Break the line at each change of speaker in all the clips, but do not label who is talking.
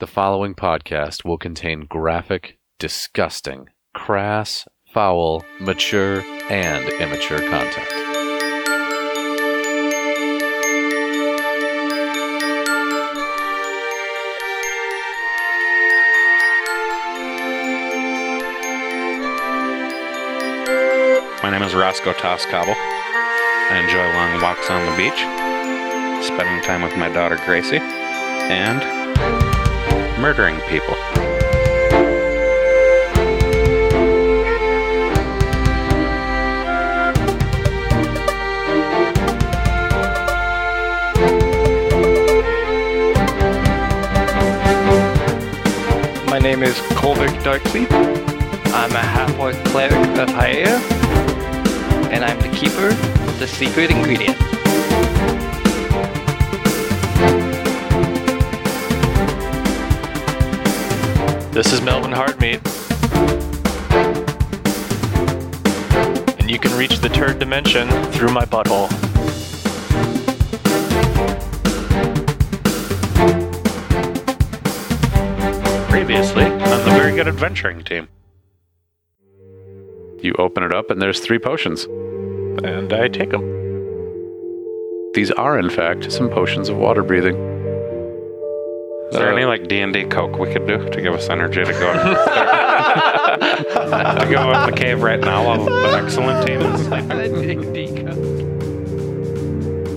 The following podcast will contain graphic, disgusting, crass, foul, mature, and immature content.
My name is Roscoe Toscobble. I enjoy long walks on the beach, spending time with my daughter Gracie, and murdering people.
My name is Colvick Darkby. I'm a half-orc cleric of Hyea, and I'm the keeper of the secret ingredient.
This is Melvin Hardmeat. And you can reach the turd dimension through my butthole.
Previously, on the Very Good Adventuring team.
You open it up, and there's three potions.
And I take them.
These are, in fact, some potions of water breathing.
Is there
Uh,
any like D and D coke we could do to give us energy to go? I go in the cave right now while an excellent team is sleeping.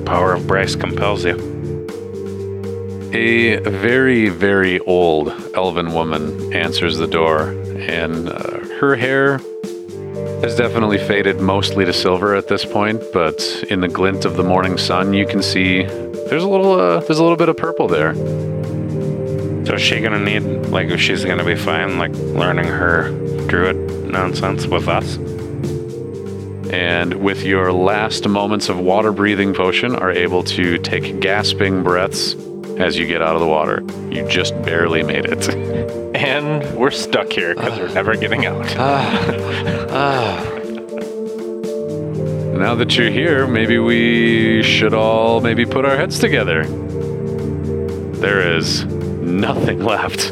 Power of Bryce compels you.
A very, very old elven woman answers the door, and uh, her hair has definitely faded mostly to silver at this point. But in the glint of the morning sun, you can see there's a little, uh, there's a little bit of purple there.
So is she gonna need like she's gonna be fine like learning her druid nonsense with us?
and with your last moments of water breathing potion are able to take gasping breaths as you get out of the water. You just barely made it.
And we're stuck here because we're never getting out.
Ah. now that you're here, maybe we should all maybe put our heads together. There is nothing left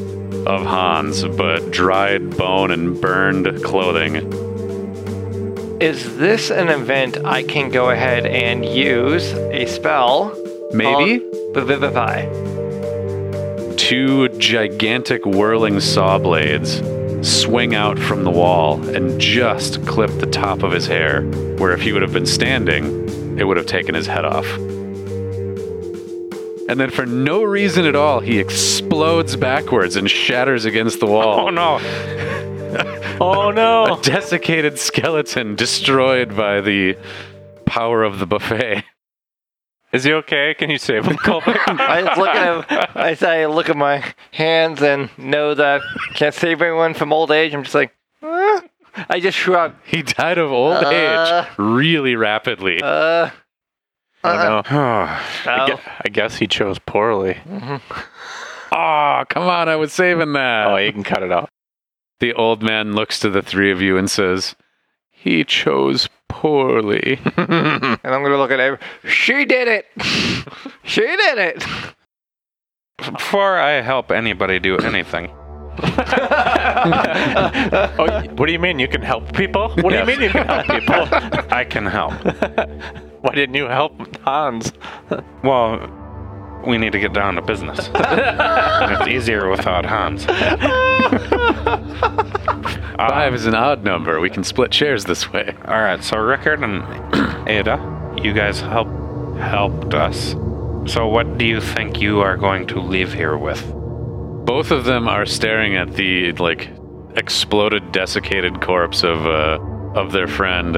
of Hans but dried bone and burned clothing.
Is this an event I can go ahead and use a spell?
Maybe
called Revivify.
two gigantic whirling saw blades swing out from the wall and just clip the top of his hair, where if he would have been standing, it would have taken his head off. And then, for no reason at all, he explodes backwards and shatters against the wall.
Oh no!
Oh no!
A desiccated skeleton destroyed by the power of the buffet.
Is he okay? Can you save him, Colbert?
I just look at him, I say, I look at my hands and know that I can't save anyone from old age. I'm just like, "Eh." I just shrug.
He died of old
Uh.
age really rapidly.
Uh,
Oh no.
oh.
Gu- I guess he chose poorly.
oh, come on, I was saving that.
Oh, you can cut it out.
The old man looks to the three of you and says, He chose poorly.
And I'm gonna look at every. She did it. she did it.
Before I help anybody do anything,
Oh, y- what do you mean you can help people? What
Yes.
do you mean you can help people?
I can help.
Why didn't you help Hans?
Well, we need to get down to business. And it's easier without Hans.
Five is an odd number. We can split shares this way.
All right, so Rickard and Ada, you guys help helped us. So what do you think you are going to leave here with?
Both of them are staring at the, like, exploded, desiccated corpse of, uh, of their friend,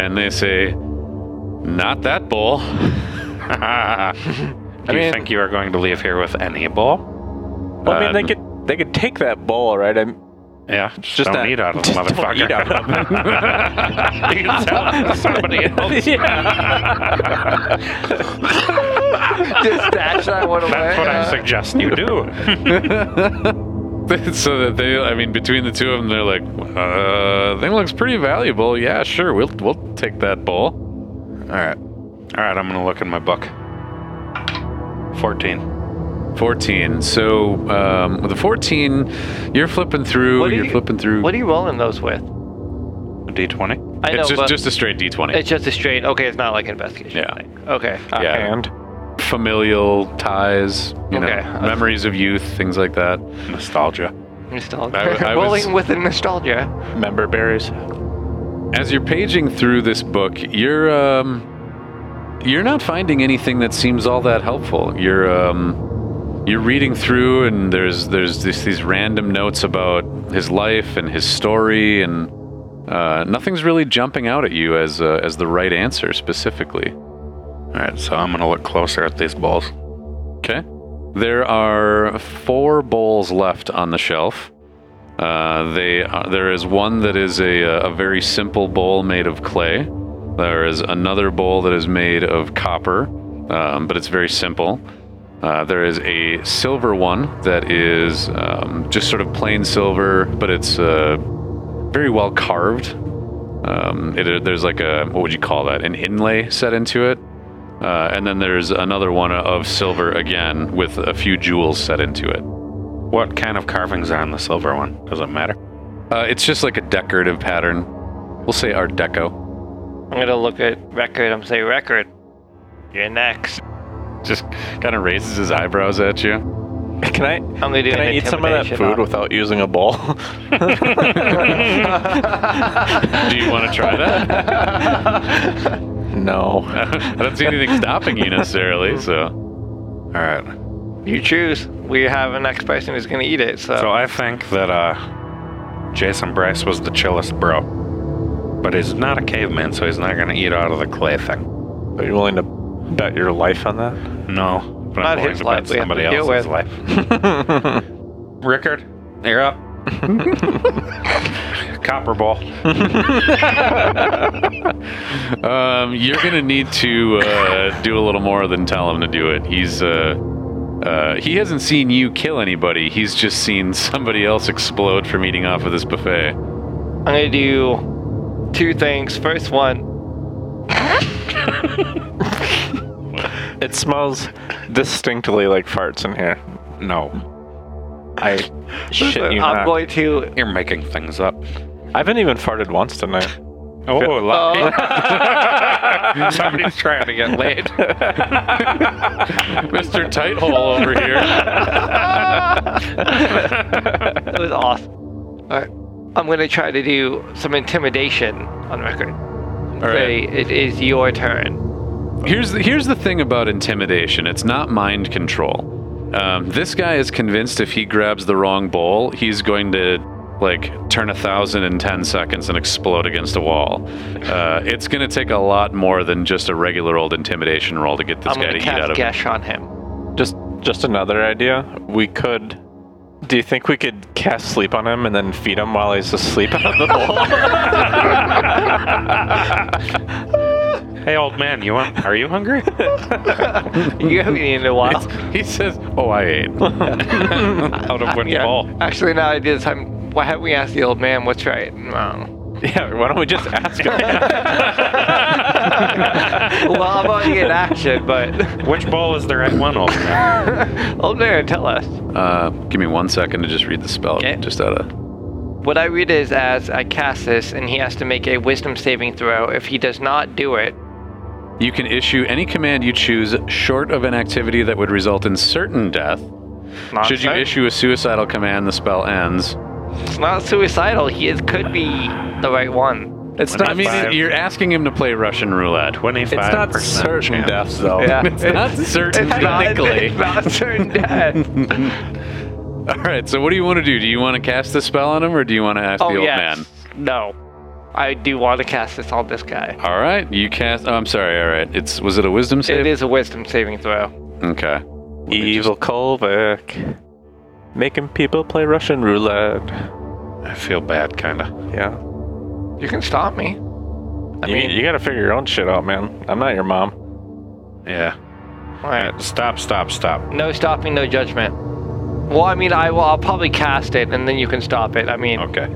and they say, Not that bowl.
do you
mean-
think you are going to leave here with any bowl?
Well, I mean, they
Um,
could they could take that bowl, right? I'm
Yeah, just,
just
don't
not-
eat out of the
just don't
motherfucker.
eat out of
you can sell it to somebody else.
Just dash that one away.
That's what I suggest you do.
so that they, I mean, between the two of them, they're like, uh, thing looks pretty valuable. Yeah, sure, we'll, we'll take that bowl.
All right. All right, I'm going to look in my book. 14.
14. So um, with a 14, you're flipping through.
What do
you're
you-
flipping through.
What are you rolling those with?
D20.
I know,
it's just,
but
just a straight D20.
it's just a straight. Okay, it's not like an investigation.
Yeah.
thing. Okay.
Uh,
Yeah.
And
Familial ties, you
Okay.
know, memories of youth, things like that.
Nostalgia.
Nostalgia.
I w- I was-
rolling with a nostalgia.
member berries.
As you're paging through this book, you're um, you're not finding anything that seems all that helpful. You're um, you're reading through, and there's there's this, these random notes about his life and his story, and uh, nothing's really jumping out at you as uh, as the right answer specifically.
Alright, so I'm gonna look closer at these balls.
Okay. There are four bowls left on the shelf. Uh, they are, there is one that is a, uh, a very simple bowl made of clay. There is another bowl that is made of copper, um, but it's very simple. Uh, there is a silver one that is um, just sort of plain silver, but it's uh, very well carved. Um, it, there's like a what would you call that? An inlay set into it. Uh, and then there's another one of silver again with a few jewels set into it.
What kind of carvings are on the silver one? Does it matter?
Uh, it's just like a decorative pattern. We'll say Art Deco.
I'm gonna look at record. I'm gonna say record. You're next.
Just kind of raises his eyebrows at you.
Can I?
I'm gonna do
Can
an
I eat some of that food
intimidation
without using a bowl?
Do you want to try that?
no.
I don't see anything stopping you necessarily. So
Alright.
on- You choose. We have a next person who's gonna eat it. So,
So I think that uh, Jason Bryce was the chillest bro. But he's not a caveman, so he's not gonna eat out of the clay thing.
Are you willing to bet your life on that?
No. But
Not
I'm willing
his
to
life,
bet
we have
somebody
to deal
else's
with.
life. Rickard, you're up. Copper ball.
um, you're gonna need to uh, do a little more than tell him to do it. He's uh, uh, he hasn't seen you kill anybody. He's just seen somebody else explode from eating off of this buffet.
I'm gonna do two things. First one,
It smells distinctly like farts in here.
No,
I shit
I'm
you not.
going to.
you're making things up.
I haven't even farted once tonight.
Oh, lucky.
Oh,
Somebody's trying to get laid.
Mr. Tighthole over here.
that was awesome. All right, I'm gonna try to do some intimidation on record.
All right.
Say it is your turn.
Here's the, here's the thing about intimidation. It's not mind control. Um, this guy is convinced if he grabs the wrong bowl, he's going to like turn a thousand in ten seconds and explode against a wall. Uh, it's going to take a lot more than just a regular old intimidation roll to get this
I'm
guy to
gonna
eat out
cast
of.
Gash on him.
Just just another idea. We could. Do you think we could cast sleep on him and then feed him while he's asleep out of the bowl?
hey, old man, you want? Are you hungry?
You haven't eaten in a while.
He says, "Oh, I ate."
Out of which
Yeah.
ball?
Actually, now I did this time. Why haven't we asked the old man what's right and wrong?
yeah. Why don't we just ask him?
well, I'm already in action, but
Which ball is the right one, old man?
old man, tell us.
Uh, give me one second to just read the spell.
Okay.
Just out of.
What I read is as I cast this, and he has to make a wisdom saving throw. If he does not do it,
You can issue any command you choose, short of an activity that would result in certain death.
not
Should you
certain.
issue a suicidal command, the spell ends.
It's not suicidal. He is, could be the right one.
It's
I mean,
Five.
you're asking him to play Russian roulette.
Twenty-five.
It's not
percent
certain
chance.
deaths though.
It's not certain,
It's not,
technically.
it's not certain death.
All right, so what do you want to do? Do you want to cast the spell on him, or do you want to ask
oh
the old
yes.
man?
No, I do want to cast this on this guy.
All right, you cast. Oh, I'm sorry. All right, it's was it a wisdom save?
It is a wisdom saving throw.
Okay.
Evil Kolvik. Making people play Russian roulette.
I feel bad, kinda.
Yeah.
You can stop me. I
you,
mean,
you gotta figure your own shit out, man. I'm not your mom.
Yeah.
all right.
Alright, Uh, Stop! Stop! Stop!
No stopping, no judgment. Well, I mean, I will. I'll probably cast it, and then you can stop it. I mean,
Okay.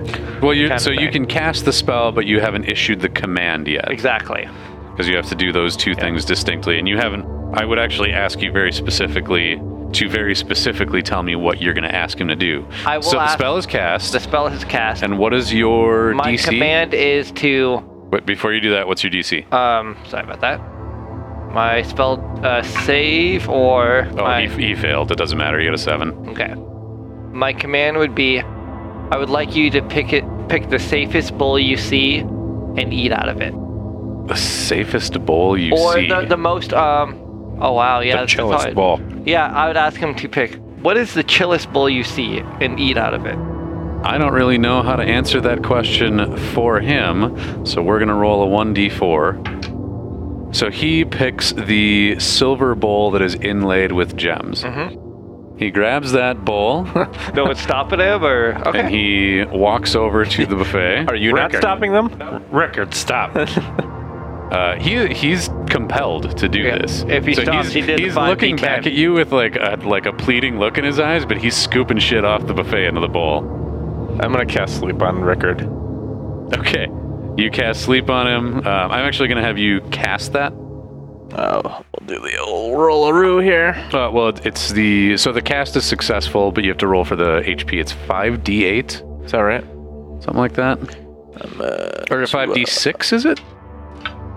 Well, you
Kinda
so you
thing.
can cast the spell, but you haven't issued the command yet
exactly.
because you have to do those two things distinctly, and you haven't. I would actually ask you very specifically to very specifically tell me what you're going to ask him to do.
I will
so the
ask-
spell is cast.
The spell is cast.
And what is your
My
DC?
command is to.
Wait, before you do that, what's your DC?
Um, sorry about that. My spell uh, save or
Oh,
my
he, he failed. It doesn't matter. He got a seven.
okay. My command would be, I would like you to pick it, pick the safest bowl you see, and eat out of it,
The safest bowl you
or
see.
the, the most um. Oh wow, yeah,
the
that's
chillest
hard.
bowl.
Yeah, I would ask him to pick what is the chillest bowl you see and eat out of it.
I don't really know how to answer that question for him, so we're going to roll a 1d4. So he picks the silver bowl that is inlaid with gems.
Mm-hmm.
He grabs that bowl
No one's stopping him, or okay.
and he walks over to the buffet.
Are you not
Rickard.
stopping them?
Rickard, stop.
Uh, he he's compelled to do
Yeah.
this.
If he
so
stops,
he's,
he did
he's
five
looking
D10.
back at you with like a like a pleading look in his eyes, but he's scooping shit off the buffet into the bowl.
I'm gonna cast sleep on Rickard.
Okay, you cast sleep on him. Um, I'm actually gonna have you cast that.
Oh, we'll do the old rollaroo here.
Uh, well, it- it's the so the cast is successful, but you have to roll for the HP. It's five D8,
It's all right.
something like that,
uh,
or five D6 is it?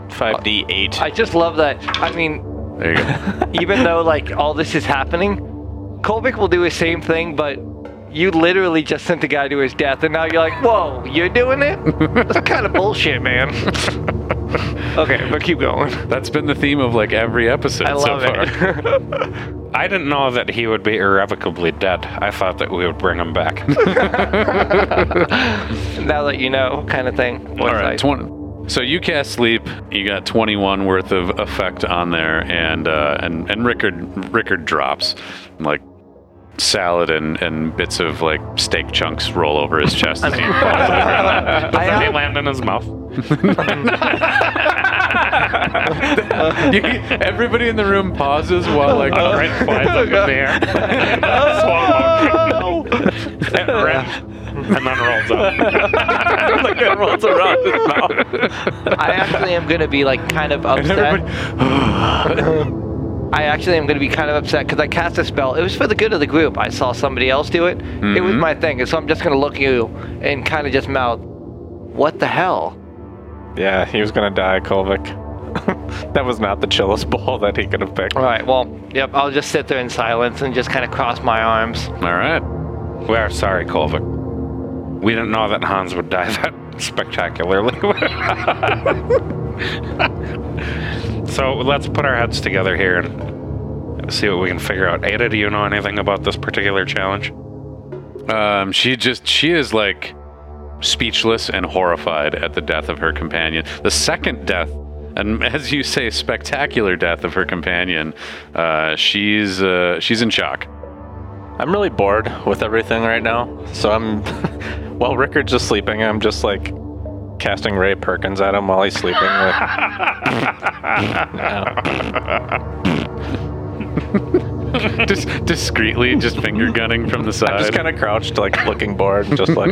Five D eight.
I just love that. I mean,
There you go.
even though like all this is happening, Kolvik will do his same thing, but you literally just sent the guy to his death, and now you're like, whoa, you're doing it? That's kind of bullshit, man. okay, but keep going.
That's been the theme of like every episode
I love
so far.
it.
I didn't know that he would be irrevocably dead. I thought that we would bring him back.
now that you know, kind of thing.
All right,
Website.
20. So you cast sleep. You got 21 worth of effect on there, and uh, and and Rickard Rickard drops like salad and, and bits of like steak chunks roll over his chest as he falls over.
I
they
have-
land in his mouth.
You- Everybody in the room pauses while like
Red flies up in the air. Swallow. And red- and then rolls up.
rolls around his mouth.
I actually am gonna be like kind of upset. I actually am going to be kind of upset because I cast a spell. It was for the good of the group. I saw somebody else do it. It was
Mhm.
my thing. and So I'm just going to look at you and kind of just mouth, what the hell?
Yeah, he was gonna die, Kolvik. that was not the chillest ball that he could have picked.
All right, well, yep, I'll just sit there in silence and just kind of cross my arms.
All right.
We are sorry, Kolvik. We didn't know that Hans would die that spectacularly. so let's put our heads together here and see what we can figure out. Ada, do you know anything about this particular challenge?
Um, she just she is like speechless and horrified at the death of her companion. The second death, and as you say, spectacular death of her companion. Uh, she's uh, she's in shock.
I'm really bored with everything right now, so I'm. while Rickard's just sleeping, I'm just like casting Ray Perkins at him while he's sleeping. Like,
Dis- discreetly, just finger gunning from the side.
I'm just kind of crouched, like looking bored, just like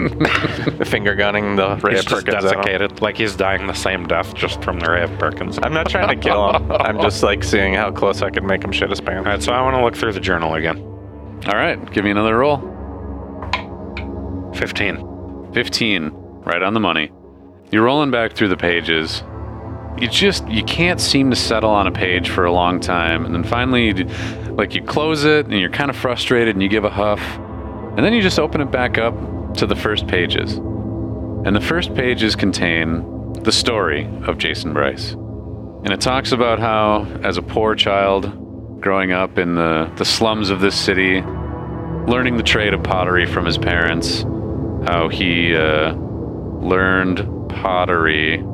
finger gunning the Ray
He's just
Perkins at him.
desiccated, like he's dying the same death just from the ray of Perkins.
I'm not trying to kill him. I'm just like seeing how close I could make him shit his pants.
All right, so I want to look through the journal again.
All right, give me another roll.
15.
Fifteen, right on the money. You're rolling back through the pages. You just you can't seem to settle on a page for a long time, and then finally, you, d- like you close it, and you're kind of frustrated, and you give a huff, and then you just open it back up to the first pages, and the first pages contain the story of Jason Bryce, and it talks about how, as a poor child, growing up in the the slums of this city, learning the trade of pottery from his parents, how he uh, learned pottery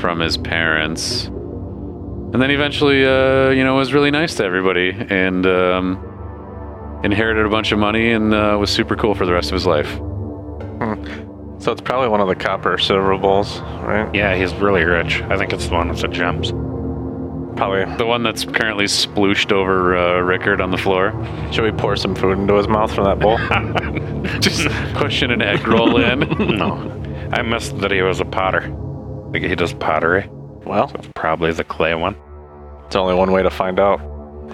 from his parents. And then eventually, uh, you know, was really nice to everybody and um, inherited a bunch of money and uh, was super cool for the rest of his life.
So it's probably one of the copper silver bowls, right?
Yeah, he's really rich. I think it's the one with the gems.
Probably.
The one that's currently splooshed over uh, Rickard on the floor,
Should we pour some food into his mouth from that bowl?
just pushing an egg roll in.
No. I missed that he was a potter. Like he does pottery.
well,
Probably the clay one.
it's only one way to find out.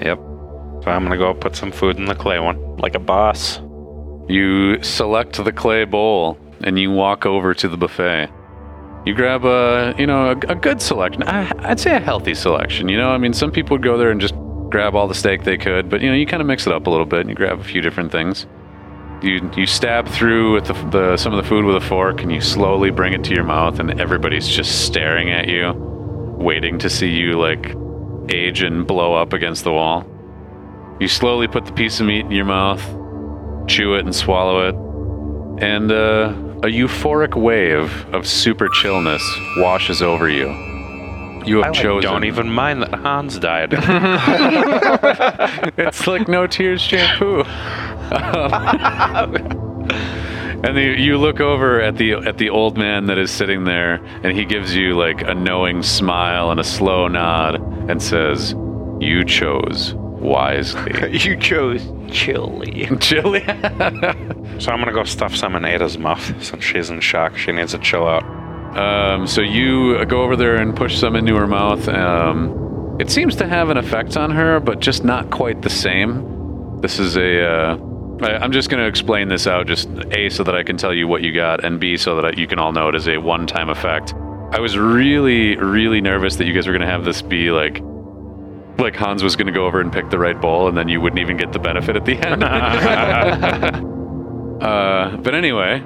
Yep. So I'm gonna go put some food in the clay one.
Like a boss.
You select the clay bowl and you walk over to the buffet. You grab a, you know, a, a good selection. I, I'd say a healthy selection. You know, I mean, some people would go there and just grab all the steak they could, but you know, you kind of mix it up a little bit and you grab a few different things. You you stab through with the, the some of the food with a fork and you slowly bring it to your mouth, and everybody's just staring at you, waiting to see you like age and blow up against the wall. You slowly put the piece of meat in your mouth, chew it and swallow it, and uh, a euphoric wave of super chillness washes over you. You have chosen.
Don't even mind that Hans died.
It's like no tears shampoo. Um, and the, you look over at the at the old man that is sitting there, and he gives you like a knowing smile and a slow nod, and says, "You chose wisely."
You chose chili.
Chili.
so I'm gonna go stuff some in Ada's mouth since she's in shock. She needs to chill out.
Um, so you go over there and push some into her mouth. Um, it seems to have an effect on her, but just not quite the same. This is a. Uh, I, I'm just going to explain this out, just A, so that I can tell you what you got, and B, so that I, you can all know it is a one time effect. I was really, really nervous that you guys were going to have this be like. Like Hans was going to go over and pick the right bowl, and then you wouldn't even get the benefit at the end. uh, but anyway,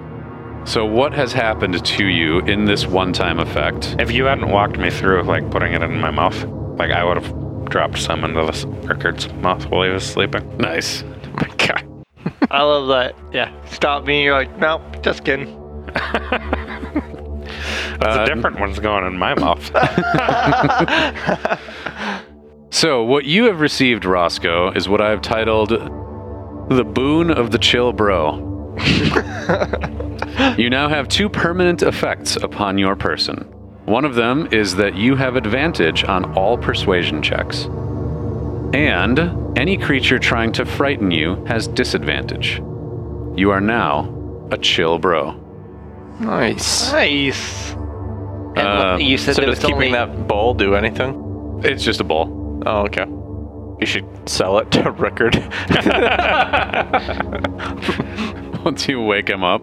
so what has happened to you in this one time effect?
If you hadn't walked me through like putting it in my mouth, like I would have dropped some into this Rickard's mouth while he was sleeping.
Nice.
My God.
I love that. Yeah. Stop me. You're like, nope, just kidding.
That's a different one's going in my mouth.
So, what you have received, Roscoe, is what I have titled the boon of the chill bro. you now have two permanent effects upon your person. One of them is that you have advantage on all persuasion checks, and any creature trying to frighten you has disadvantage. You are now a chill bro.
Nice.
Nice. And
Uh,
what- you said
Um, So
there was
does keeping
only
that bowl do anything?
It's just a ball.
Oh, okay. You should sell it to Rickard.
Once you wake him up,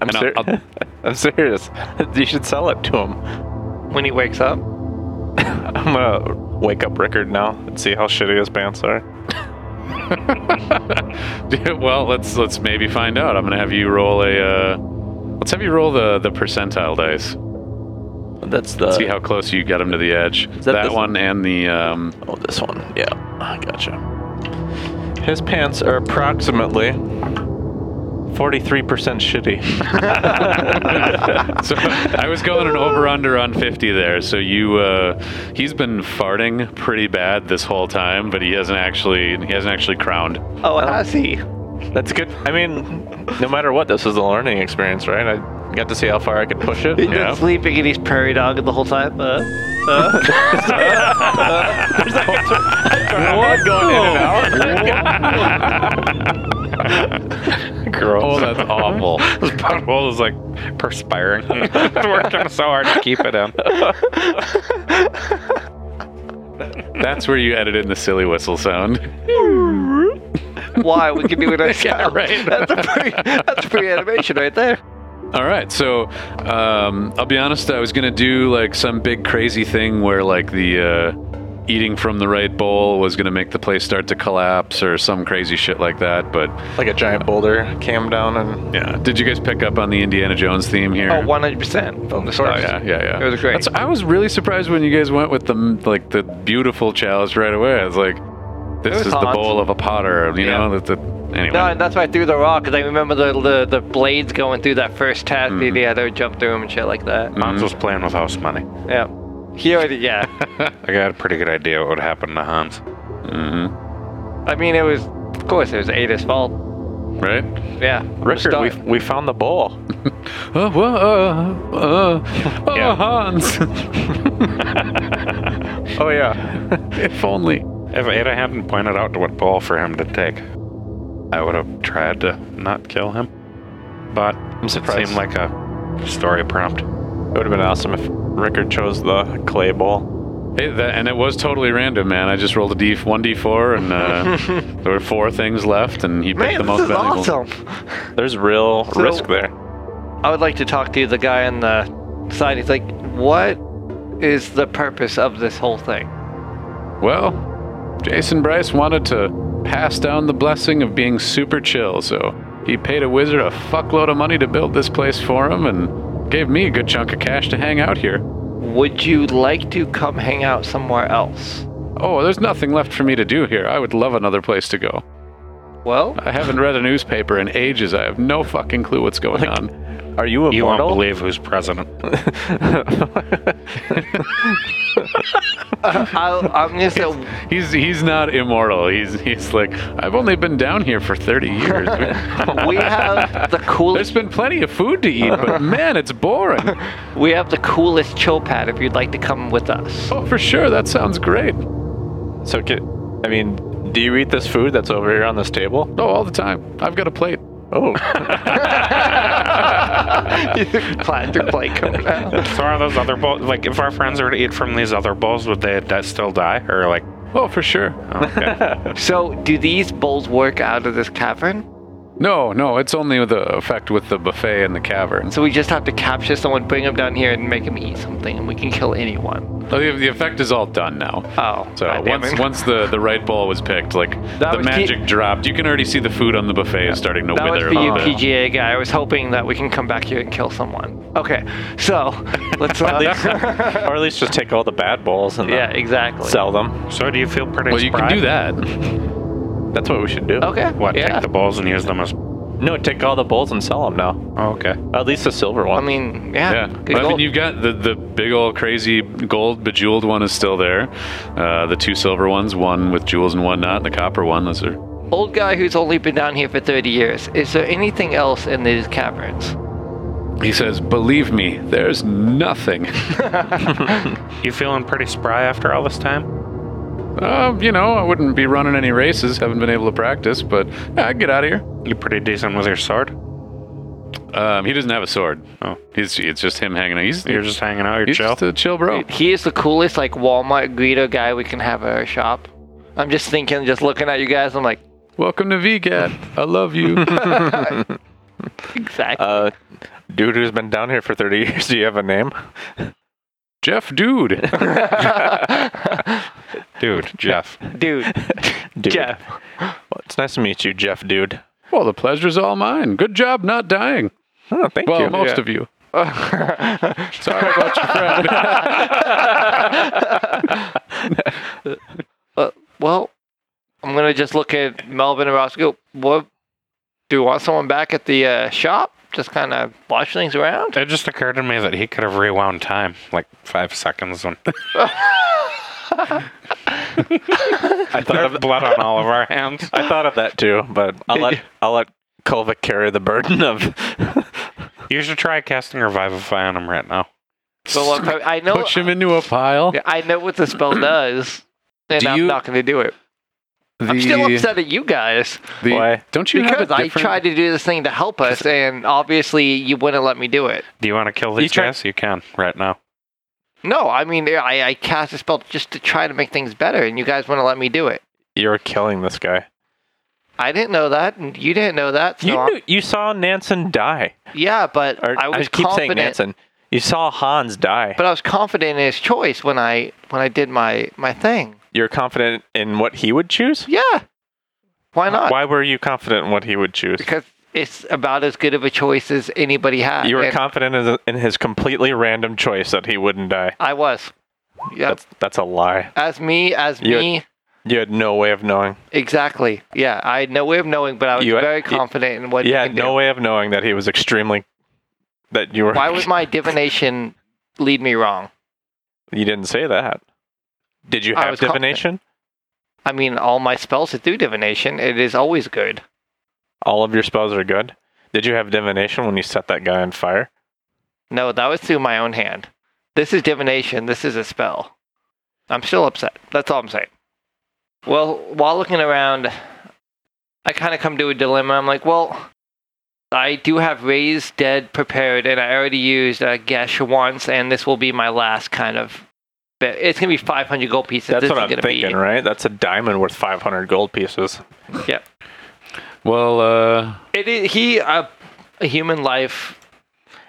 I'm,
And I'll-
ser-
I'll-
I'm serious. You should sell it to him.
when he wakes up.
I'm gonna wake up Rickard now and see how shitty his pants are.
Yeah, well, let's let's maybe find out. I'm gonna have you roll a. Uh, let's have you roll the the percentile dice.
That's the.
See how close you get him to the edge. That,
that this-
one and the. Um,
oh, this one. Yeah, I gotcha. His pants are approximately 43% shitty.
so I was going an over under on 50 there. So you, uh, he's been farting pretty bad this whole time, but he hasn't actually he hasn't actually crowned.
Oh, I see.
That's good. I mean, no matter what, this is a learning experience, right? I got to see how far I could push it.
Yeah.
He's sleeping and he's prairie dogging the whole time. Uh,
What going in and out?
Oh,
Gross.
that's awful.
This butthole is like perspiring. it's working so hard to keep it in.
That's where you edit in the silly whistle sound.
why? We could do it ourselves.
right.
That's a pre. That's a pre animation right there.
All right, so um, I'll be honest. I was gonna do like some big crazy thing where like the uh, eating from the right bowl was gonna make the place start to collapse or some crazy shit like that. But
Like a giant boulder came down and.
yeah, did you guys pick up on the Indiana Jones theme here?
Oh, 100 percent from the
Oh,
source.
yeah, yeah, yeah.
It was great.
That's, I was really surprised when you guys went with the like the beautiful chalice right away. I was like, this
was
is the
Hans.
bowl of a potter, you
Yeah.
know? That the anyway.
No, and that's why I threw the rock because I remember the, the the blades going through that first task.
Hmm.
They had to jump through 'em and shit like that.
Hans
Mm-hmm.
was playing with house money.
Yeah. He already, yeah.
I got a pretty good idea what would happen to Hans.
I mean, it was, of course, it was Ada's fault.
Mm-hmm. right.
Yeah.
Rickard, we, we found the bowl.
Oh, whoa, uh, uh, oh,
Yeah.
Hans.
Oh, yeah.
if only.
If Ada hadn't pointed out what ball for him to take, I would have tried to not kill him. But
I'm
it
surprised.
seemed like a story prompt.
It would have been awesome if Rickard chose the clay bowl.
It, that, and it was totally random, man. I just rolled a D, one D4, and uh, there were four things left, and he picked the
Man,
most
this is
valuable.
awesome.
There's real
So-
risk there.
I would like to talk to the guy on the side. He's like, what is the purpose of this whole thing?
Well, Jason Bryce wanted to pass down the blessing of being super chill, so he paid a wizard a fuckload of money to build this place for him and gave me a good chunk of cash to hang out here.
Would you like to come hang out somewhere else?
Oh, there's nothing left for me to do here. I would love another place to go.
Well,
I haven't read a newspaper in ages. I have no fucking clue what's going on.
Are you
You won't
immortal?
believe who's president.
I, I'm gonna say,
He's he's not immortal. He's he's like I've only been down here for 30 years.
we have the
there's
coolest.
been plenty of food to eat, but man, it's boring.
We have the coolest chill pad. If you'd like to come with us,
Oh, for sure. That sounds great.
So, ca- I mean, do you eat this food that's over here on this table?
Oh, all the time. I've got a plate.
Oh,
plastic plate coming out.
So are those other bowls like if our friends were to eat from these other bowls, would they di- still die? Or like
Oh, for sure.
okay.
So, do these bowls work out of this cavern?
No, no, it's only the effect with the buffet and the cavern.
So we just have to capture someone, bring them down here, and make them eat something, and we can kill anyone.
Oh, The, the effect is all done now.
Oh,
So
God damn
once,
it.
once the, the right ball was picked, like the
was
magic
P-
dropped, you can already see the food on the buffet is starting to
That was
wither
for
a
you,
little bit.
PGA guy. I was hoping that we can come back here and kill someone. Okay, so let's. Uh,
or at least just take all the bad bowls and
yeah,
yeah,
exactly.
sell them.
So do you feel pretty
Well, you can do
spry?
that.
That's what we should do.
Okay.
What,
Yeah.
take the bowls and use them as
No, take all the bowls and sell them now.
oh, okay.
At least the silver
I
one.
mean, yeah.
Yeah.
good
But I mean,
goal.
you've got the, the big old crazy gold bejeweled one is still there. Uh, the two silver ones, one with jewels and whatnot, and the copper one. Those are
Old guy who's only been down here for 30 years. Is there anything else in these caverns?
He says, "Believe me, there's nothing.
You feeling pretty spry after all this time?
uh, you know, I wouldn't be running any races. Haven't been able to practice, but yeah, I can get out of here."
You pretty decent with your sword?
Um, he doesn't have a sword.
Oh.
He's it's just him hanging out. He's
You're just hanging out, you're
he's
chill.
just a chill bro.
He is the coolest, like, Walmart greeter guy we can have at our shop. I'm just thinking, just looking at you guys, I'm like,
Welcome to VGAT. I love you.
exactly.
uh, dude who's been down here for 30 years, do you have a name?
Jeff Dude.
Dude, Jeff.
Dude,
Dude.
Jeff.
Well, it's nice to meet you, Jeff, dude.
Well, the pleasure's all mine. Good job not dying.
Oh, thank
Well,
you.
most of you. Sorry about your friend.
Uh, well, I'm gonna just look at Melvin and Ross. and Go. What? Do you want someone back at the uh, shop? Just kind of watch things around.
It just occurred to me that he could have rewound time like five seconds when
I thought
there's
of,
blood on all of our hands.
I thought of that too, but I'll let I'll let Kolvik carry the burden of.
You should try casting Revivify on him right now.
So what- I know.
Push him into a pile.
Yeah, I know what the spell does, and
Do
I'm
you-
not gonna do it. I'm still upset at you guys
the-
Why?
Don't you have
because
a
I
different-
tried to do this thing to help us, and obviously you wouldn't let me do it.
Do you want to kill these
You try-
guys? You can right now.
No, I mean I, I cast a spell just to try to make things better, and you guys wouldn't let me do it.
You're killing this guy.
I didn't know that, and you didn't know that. So
You
I'm-
knew, you saw Nansen die.
yeah, but
Or,
I was
keep saying
confident.
Nansen. You saw Hans die.
but I was confident in his choice when I when I did my my thing.
You're confident in what he would choose.
Yeah, why not?
Why were you confident in what he would choose?
Because it's about as good of a choice as anybody had.
You were
and
confident in, in his completely random choice that he wouldn't die.
I was. Yeah,
That's that's a lie.
as me, as
You-
me,
You had no way of knowing.
exactly. Yeah, I had no way of knowing, but I was
You-
very
you-
confident in what.
You
you
had
can
no
do.
way of knowing that he was extremely. That you were.
Why would my divination lead me wrong?
you didn't say that? Did you
I
have
was confident.
divination?
I mean, all my spells that do divination. It is always good.
All of your spells are good. Did you have divination when you set that guy on fire?
No, that was through my own hand. This is divination. This is a spell. I'm still upset. That's all I'm saying. Well, while looking around, I kind of come to a dilemma. I'm like, well, I do have raise dead prepared, and I already used a uh, Gesh once, and this will be my last kind of bit. It's gonna be 500 gold pieces.
That's
this
what
is
I'm
gonna
thinking,
be,
right? That's a diamond worth 500 gold pieces.
Yeah.
Well, uh,
It is, he, uh, a human life,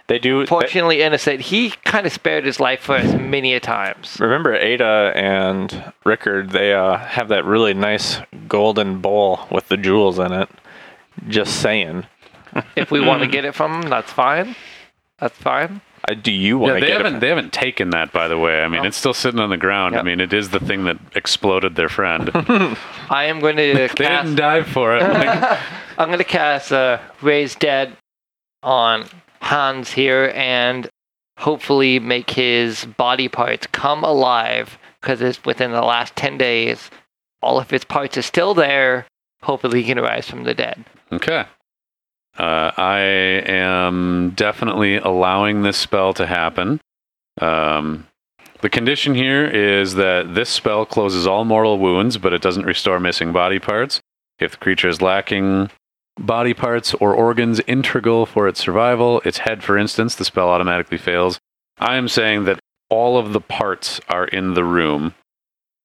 They do. They,
fortunately innocent. He kind of spared his life for us many a times.
remember Ada and Rickard? They uh, have that really nice golden bowl with the jewels in it. Just saying.
If we
Mm.
want to get it from him, that's fine. That's fine.
Uh, do you
yeah,
want to
they
get
haven't
it?
they haven't taken that by the way. I
Oh.
mean, it's still sitting on the ground. I
Yep.
mean, it is the thing that exploded their friend.
I am going to
they didn't
cast.
dive for it. Like,
I'm going to cast uh, raise dead on Hans here and hopefully make his body parts come alive because it's within the last ten days. All of his parts are still there. Hopefully, he can rise from the dead.
okay. Uh, I am definitely allowing this spell to happen. Um, the condition here is that this spell closes all mortal wounds, but it doesn't restore missing body parts. If the creature is lacking body parts or organs integral for its survival, its head, for instance, the spell automatically fails. I am saying that all of the parts are in the room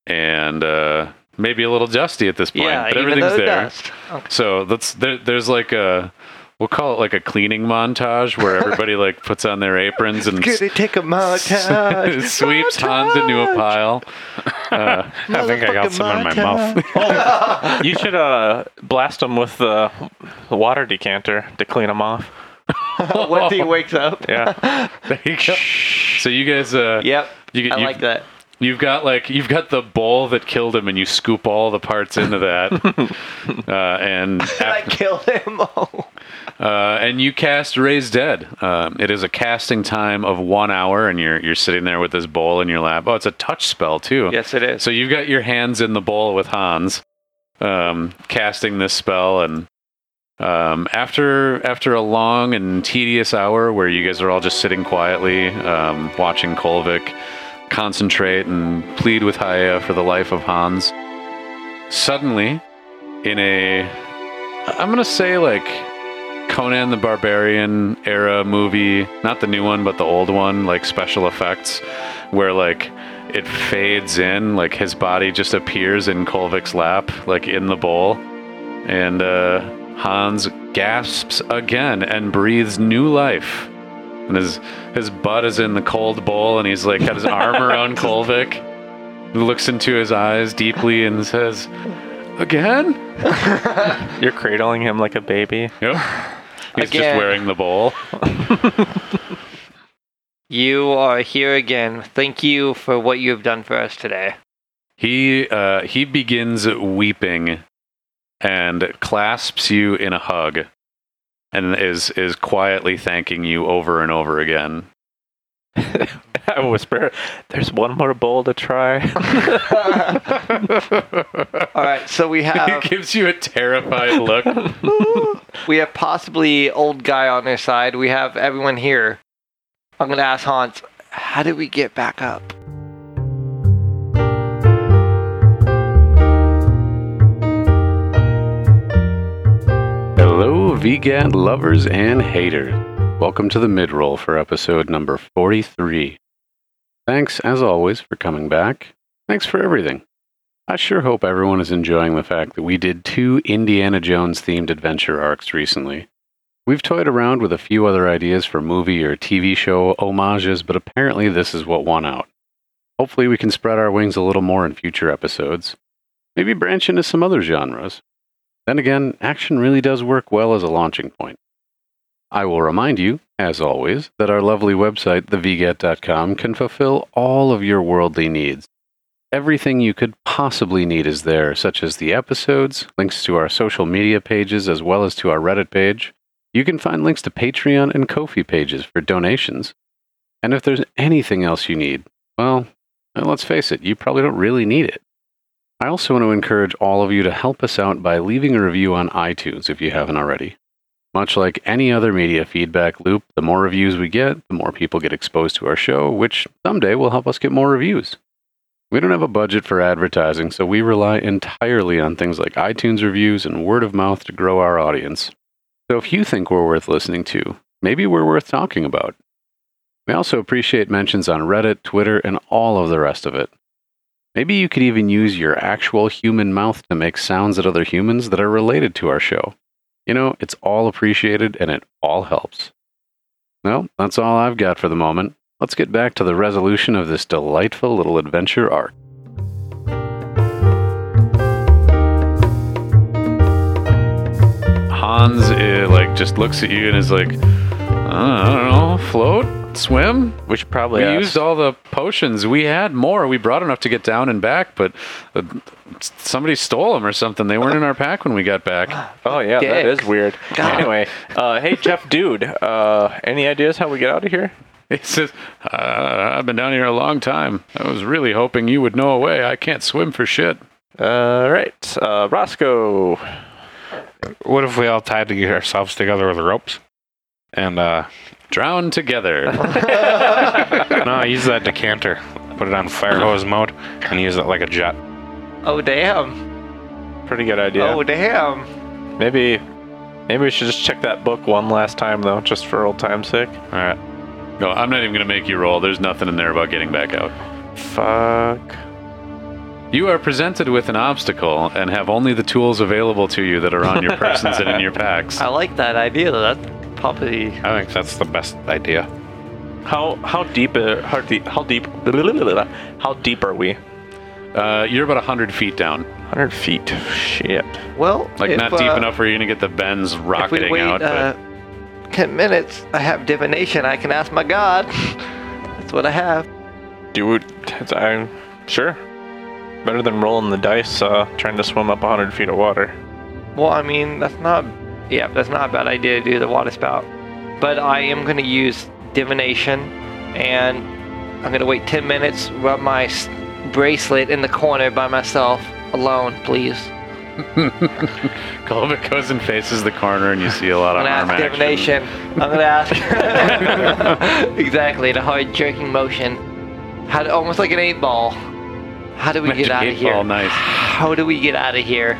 and uh, maybe a little dusty at this point, but
even
everything's
though
there.
dust. Okay.
So that's there, there's like a we'll call it like a cleaning montage where everybody like puts on their aprons and s-
take a montage?
sweeps Hans into a pile. Uh,
I think I got
Motherfucking
some in my mouth.
you should uh, blast them with the water decanter to clean them off.
Once he wakes up.
Yeah.
there you go. So you guys, uh,
Yep.
you, get-
I
you,
like that.
You've got like you've got the bowl that killed him, and you scoop all the parts into that, uh, and
I killed him. Oh.
Uh, and you cast Raise Dead. Um, it is a casting time of one hour, and you're you're sitting there with this bowl in your lap. Oh, it's a touch spell too.
Yes, it is.
So you've got your hands in the bowl with Hans, um, casting this spell, and um, after after a long and tedious hour where you guys are all just sitting quietly, um, watching Kolvik concentrate and plead with Haya for the life of Hans, suddenly, in a I'm gonna say like Conan the Barbarian era movie, not the new one, but the old one, like special effects, where like it fades in, like his body just appears in Kolvik's lap, like in the bowl. And uh, Hans gasps again and breathes new life. And his his butt is in the cold bowl, and he's like got his arm around Kolvik, looks into his eyes deeply, and says, "Again?"
You're cradling him like a baby.
Yep. He's just
Again.
wearing the bowl.
You are here again. Thank you for what you have done for us today.
He uh, he begins weeping and clasps you in a hug and is is quietly thanking you over and over again.
I whisper, there's one more bowl to try.
All right, so we
he
have
gives you a terrified look.
we have possibly old guy on their side. We have everyone here. I'm gonna ask Hans, how did we get back up?
Hello, vegan lovers and haters. Welcome to the midroll for episode number 43. Thanks, as always, for coming back. Thanks for everything. I sure hope everyone is enjoying the fact that we did two Indiana Jones themed adventure arcs recently. We've toyed around with a few other ideas for movie or TV show homages, but apparently this is what won out. Hopefully, we can spread our wings a little more in future episodes. Maybe branch into some other genres. Then again, action really does work well as a launching point. I will remind you, as always, that our lovely website, thevget.com, can fulfill all of your worldly needs. Everything you could possibly need is there, such as the episodes, links to our social media pages, as well as to our Reddit page. You can find links to Patreon and Ko-fi pages for donations. And if there's anything else you need, well, let's face it, you probably don't really need it. I also want to encourage all of you to help us out by leaving a review on iTunes if you haven't already. Much like any other media feedback loop, the more reviews we get, the more people get exposed to our show, which someday will help us get more reviews. We don't have a budget for advertising, so we rely entirely on things like iTunes reviews and word of mouth to grow our audience. So if you think we're worth listening to, maybe we're worth talking about. We also appreciate mentions on Reddit, Twitter, and all of the rest of it. Maybe you could even use your actual human mouth to make sounds at other humans that are related to our show. You know, it's all appreciated and it all helps. Well, that's all I've got for the moment. Let's get back to the resolution of this delightful little adventure arc. Hans, eh, like, just looks at you and is like, "Uh, I don't know, float, swim,
We should probably
we
ask-
used all the potions. We had more. We brought enough to get down and back, but uh, s- somebody stole them or something. They weren't in our pack when we got back.
Oh yeah, that
Dick.
is weird. Anyway, uh, hey Jeff, dude, uh, any ideas how we get out of here?
He says, uh, "I've been down here a long time. I was really hoping you would know a way. I can't swim for shit."
All right, uh, Roscoe.
What if we all tied to get ourselves together with ropes? And uh
Drown together.
no, use that decanter. Put it on fire hose mode and use it like a jet.
Oh damn.
Pretty good idea.
Oh damn.
Maybe, maybe we should just check that book one last time though, just for old time's sake.
Alright.
no, I'm not even gonna make you roll. There's nothing in there about getting back out.
Fuck.
You are presented with an obstacle and have only the tools available to you that are on your persons and in your packs.
I like that idea. That probably
I think that's the best idea.
How how deep uh, how deep how deep how deep are we?
Uh, you're about hundred feet down.
100 feet. Shit.
well.
Like
if,
not deep
uh,
enough where you're gonna get the bends
If we
rocketing
wait
out.
uh, ten minutes, I have divination. I can ask my god. That's what I have.
Do it. I'm sure. Better than rolling the dice uh, trying to swim up 100 feet of water.
Well, I mean, that's not. Yeah, that's not a bad idea to do the water spout. But I am going to use divination, and I'm going to wait 10 minutes, rub my s- bracelet in the corner by myself, alone, please.
but Kolvik goes and faces the corner, and you see a lot
I'm going
of
to
arm
ask
action.
divination. I'm going to ask. exactly, the hard jerking motion. How do, almost like an eight ball. How do we
Magic
get out of
eight ball,
here?
nice.
How do we get out of here?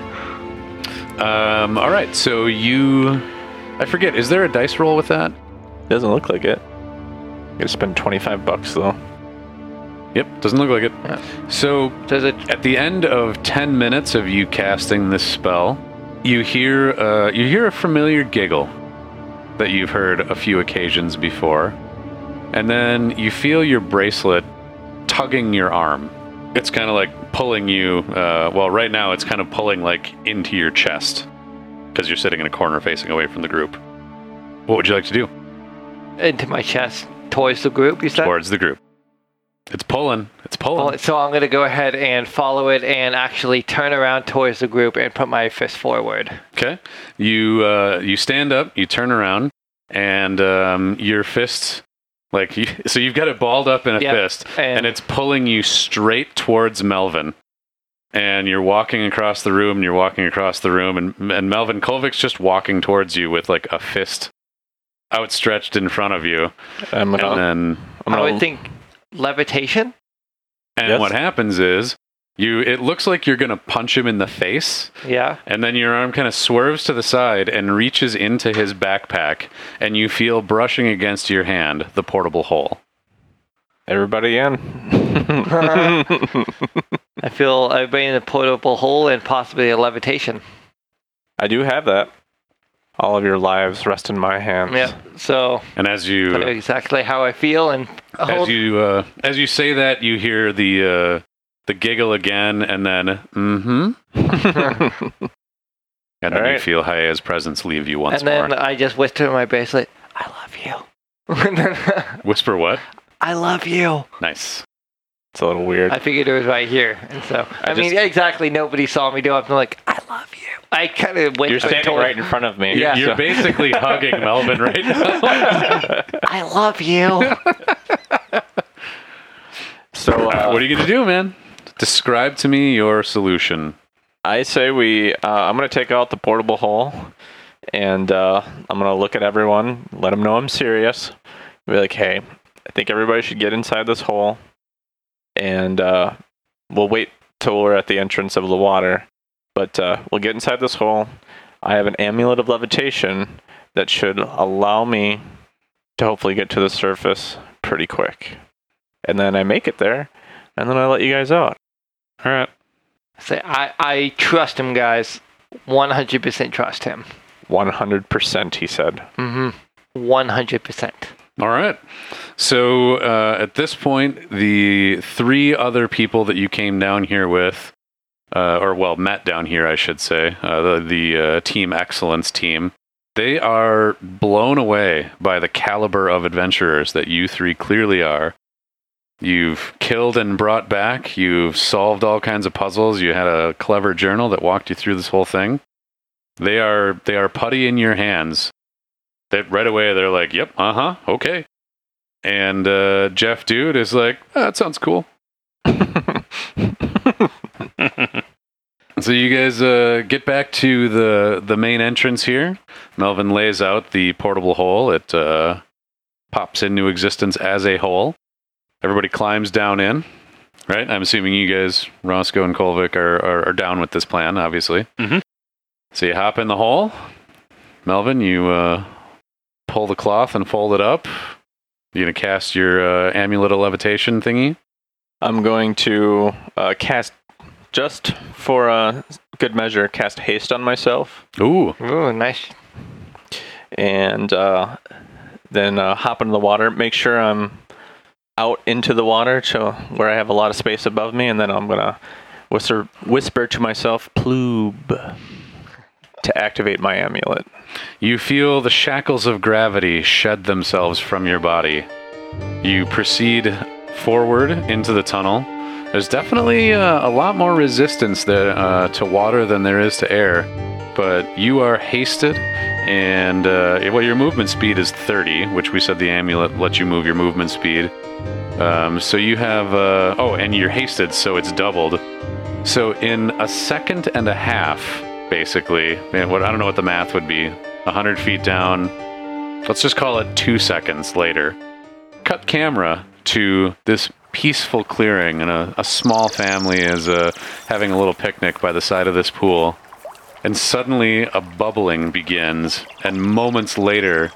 Um, all right, so you, I forget, is there a dice roll with that?
Doesn't look like it. Gotta spend 25 bucks though.
Yep, doesn't look like it. So
There's a
at the end of ten minutes of you casting this spell, you hear uh, you hear a familiar giggle that you've heard a few occasions before, and then you feel your bracelet tugging your arm. It's kind of like pulling you. Uh, well, right now it's kind of pulling like into your chest because you're sitting in a corner facing away from the group. What would you like to do
into my chest towards the group. You said.
towards the group? It's pulling. It's pulling.
Well, so I'm gonna go ahead and follow it and actually turn around towards the group and put my fist forward.
Okay. You uh, you stand up, you turn around, and um, your fists like you, so you've got it balled up in a
Yep,
fist,
and-
and, it's pulling you straight towards Melvin. And you're walking across the room. You're walking across the room, and and Melvin Kolvik's just walking towards you with like a fist outstretched in front of you,
I'm
and
gonna.
then
I'm
I
gonna
would think levitation.
and
Yes.
what happens is you it looks like you're gonna punch him in the face,
Yeah.
And then your arm kind of swerves to the side and reaches into his backpack, and you feel brushing against your hand the portable hole.
everybody in.
I feel I've been in a portable hole and possibly a levitation.
I do have that. All of your lives rest in my hands.
Yeah. So
And as
I know
you
exactly how I feel and
as
hold.
you uh, as you say that, you hear the uh, the giggle again, and then mm-hmm, and then you
Alright.
feel Haya's presence leave you once
and then
more.
I just whisper in my bracelet, "I love you." And then,
Whisper what?
I love you.
Nice.
It's a little weird.
I figured it was right here, and so I,
I
mean,
just-
exactly. Nobody saw me do it. I'm like, I love you. I kind of went.
You're standing right in front of me.
You're-
Yeah.
You're,
so-
basically hugging Melvin right now.
I love you.
so uh,
what are you gonna do, man? Describe to me your solution.
I say we. Uh, I'm gonna take out the portable hole, and uh, I'm gonna look at everyone, let them know I'm serious. Be like, hey, I think everybody should get inside this hole, and uh, we'll wait till we're at the entrance of the water. But uh, we'll get inside this hole. I have an amulet of levitation that should allow me to hopefully get to the surface pretty quick. And then I make it there, and then I let you guys out.
All right.
Say, I, I trust him, guys. 100% trust him.
100%, he said.
Mm hmm. 100%.
All right. So uh, at this point, the three other people that you came down here with, uh, or well, met down here, I should say, uh, the, the uh, Team Excellence team, they are blown away by the caliber of adventurers that you three clearly are. You've killed and brought back. You've solved all kinds of puzzles. You had a clever journal that walked you through this whole thing. They are they are putty in your hands that right away they're like, "Yep, uh huh, okay." And uh, Jeff Dude is like, "Ah, "That sounds cool." so you guys uh, get back to the the main entrance here. Melvin lays out the portable hole. It uh, pops into existence as a hole. Everybody climbs down in. Right, I'm assuming you guys, Roscoe and Kolvik, are, are, are down with this plan, obviously.
Mhm.
So you hop in the hole. Melvin, you uh, pull the cloth and fold it up. You're gonna cast your uh, amulet of levitation thingy.
I'm going to uh, cast, just for uh, good measure, cast haste on myself,
Ooh,
Ooh, nice.
and uh, then uh, hop into the water. Make sure I'm out into the water to where I have a lot of space above me, and then I'm gonna whisper, whisper to myself, "Ploob," to activate my amulet.
you feel the shackles of gravity shed themselves from your body. You proceed forward into the tunnel. There's definitely uh, a lot more resistance there, uh, to water than there is to air, but you are hasted, and uh, well, your movement speed is 30, which we said the amulet lets you move your movement speed. Um, so you have, uh, oh, and you're hasted, so it's doubled. So in a second and a half, basically, man, what I don't know what the math would be. 100 feet down. Let's just call it two seconds later. Cut camera to this peaceful clearing, and a, a small family is uh, having a little picnic by the side of this pool. And suddenly, a bubbling begins, and moments later,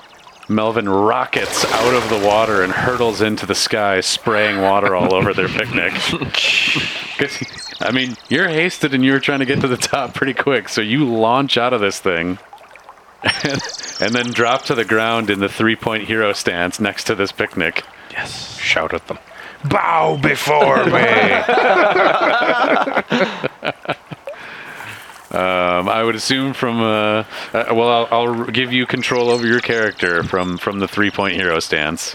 Melvin rockets out of the water and hurtles into the sky, spraying water all over their picnic. 'Cause, I mean, you're hasted and you're trying to get to the top pretty quick, so you launch out of this thing and, and then drop to the ground in the three point hero stance next to this picnic.
Yes.
Shout at them.
Bow before me.
Um, I would assume from, uh, uh, well, I'll, I'll give you control over your character from, from the three point hero stance.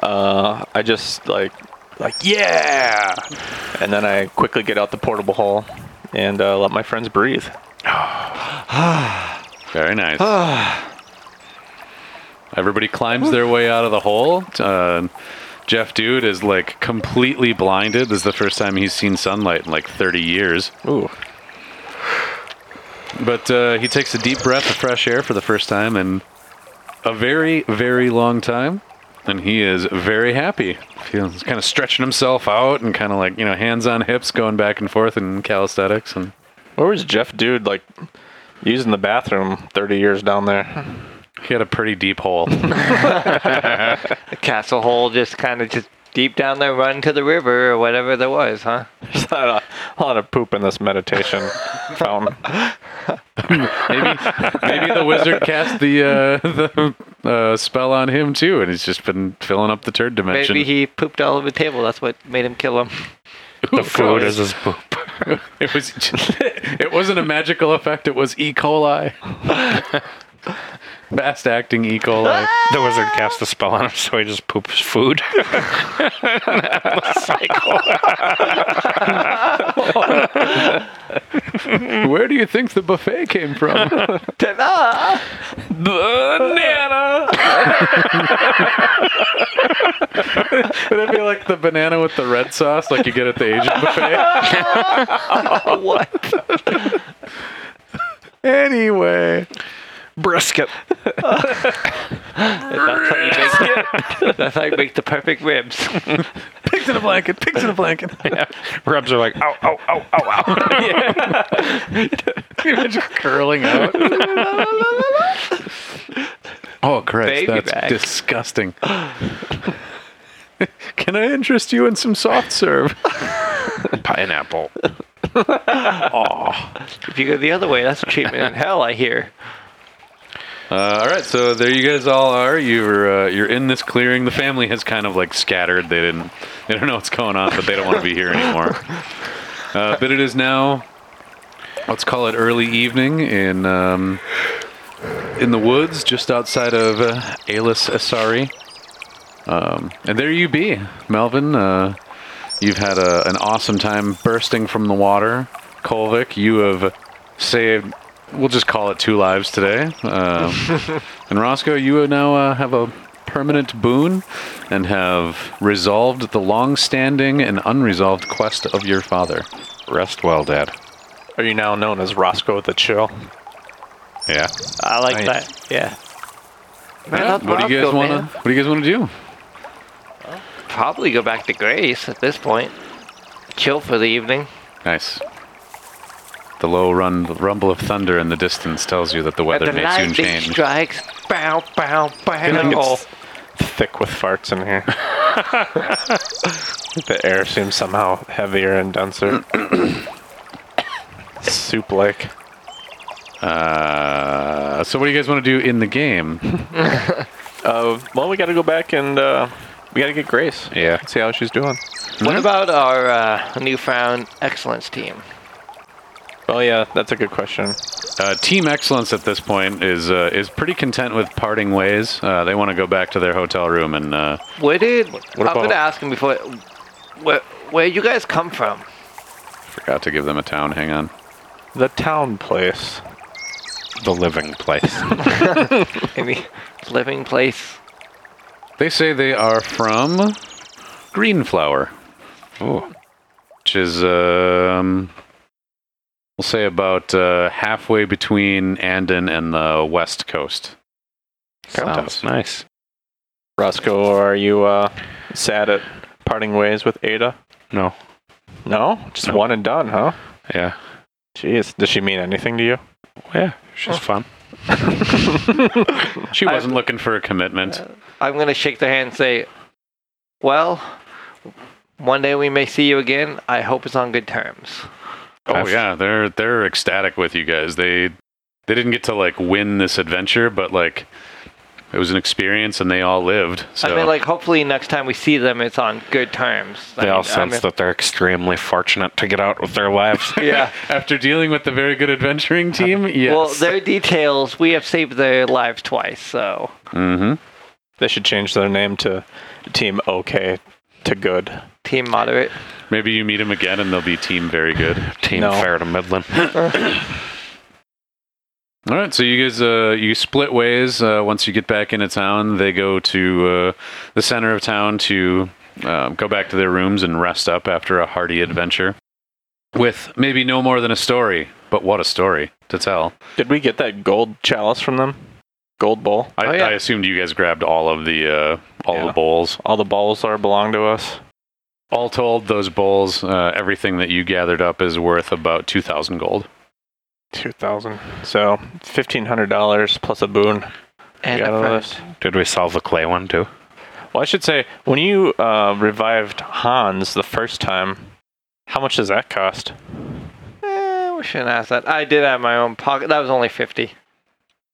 Uh, I just like, like yeah, and then I quickly get out the portable hole and uh, let my friends breathe.
Very nice. Everybody climbs their way out of the hole. Uh, Jeff Dude is like completely blinded. This is the first time he's seen sunlight in like 30 years.
Ooh.
But uh, he takes a deep breath of fresh air for the first time in a very, very long time. And he is very happy. Feels kind of stretching himself out and kind of like, you know, hands on hips going back and forth in calisthenics. And
Where was Jeff Dude like using the bathroom 30 years down there?
he had a pretty deep hole.
The castle hole just kind of just deep down there, run to the river or whatever there was, huh?
There's a lot of, a lot of poop in this meditation fountain.
maybe, maybe the wizard cast the, uh, the uh, spell on him too. And he's just been filling up the third dimension.
Maybe he pooped all over the table. That's what made him kill him.
the food is his poop.
It, was it wasn't a magical effect, it was E. coli. Fast acting E. coli.
The wizard cast a spell on him, so he just poops food. Cycle.
Where do you think the buffet came from?
Ta-da!
Banana.
Would it be like the banana with the red sauce, like you get at the Asian buffet?
what?
Anyway,
Brisket.
That's how you make the perfect ribs.
pigs in a blanket, pigs in a blanket.
Rubs are like, ow, ow, ow, ow, ow.
curling out. oh, Chris,
Baby
Oh, that's
back.
disgusting. Can I interest you in some soft serve?
Pineapple.
If you go the other way, that's treatment in hell, I hear.
Uh, all right, so there you guys all are. You're uh, you're in this clearing. The family has kind of like scattered. They didn't they don't know what's going on, but they don't want to be here anymore. Uh, but it is now, let's call it early evening in um, in the woods just outside of uh, Alis Asari. Um, and there you be, Melvin. Uh, you've had a, an awesome time bursting from the water. Kolvik, you have saved, we'll just call it two lives today. Um, and Roscoe, you now uh, have a permanent boon and have resolved the long standing and unresolved quest of your father.
Rest well, Dad.
Are you now known as Roscoe the Chill?
Yeah.
I like
Nice.
that. Yeah.
What do you guys want to? What do you guys want to do?
Probably go back to Grace at this point. Chill for the evening.
Nice. The low run, the rumble of thunder in the distance tells you that the weather
the
may soon
lightning
change.
strikes. Bow, bow,
like
bow.
it's thick with farts in here. the air seems somehow heavier and denser. Soup like.
Uh, so, what do you guys want to do in the game?
Uh, well, we gotta go back and uh, we gotta get Grace.
Yeah.
See how she's doing.
What about our uh, newfound excellence team?
Well, yeah, that's a good question.
Uh, Team Excellence at this point is uh, is pretty content with parting ways. Uh, they want to go back to their hotel room and uh,
Where did I'm
about-
gonna ask him before? Where where you guys come from?
forgot to give them a town. Hang on.
The town place.
The living place.
Any living place?
They say they are from Greenflower,
Ooh.
which is um, we'll say about uh, halfway between Anden and the west coast.
Sounds nice.
Roscoe, are you uh, sad at parting ways with Ada?
No.
No? Just one and done, huh?
Yeah.
Jeez, does she mean anything to you?
Yeah. She's fun.
She wasn't looking for a commitment.
I'm gonna shake their hand and say, "Well, one day we may see you again. I hope it's on good terms."
Oh
I've-
yeah, they're they're ecstatic with you guys. They they didn't get to like win this adventure, but like it was an experience, and they all lived. So.
I mean, like, hopefully next time we see them, it's on good terms. I
They
mean,
all
I'm-
sense that they're extremely fortunate to get out with their lives.
Yeah.
After dealing with the very good adventuring team, yes.
Well, their details. We have saved their lives twice, so
mm-hmm.
They should change their name to Team OK to Good.
team moderate.
Maybe you meet him again, and they'll be team very good.
Team
No.
fair to Midland.
All right, so you guys uh, you split ways. Uh, once you get back into town, they go to uh, the center of town to um, go back to their rooms and rest up after a hearty adventure. With maybe no more than a story, but what a story to tell!
Did we get that gold chalice from them? Gold bowl?
I,
Oh, yeah.
I assumed you guys grabbed all of the uh, all
Yeah.
the bowls.
All the balls are belong to us.
All told, those bowls, uh, everything that you gathered up is worth about two thousand gold.
Two thousand. So fifteen hundred dollars plus a boon.
And
Got
a
all
friend.
this.
Did we solve the clay one too?
Well, I should say when you uh, revived Hans the first time, how much does that cost?
Eh, we shouldn't ask that. I did have my own pocket. That was only fifty.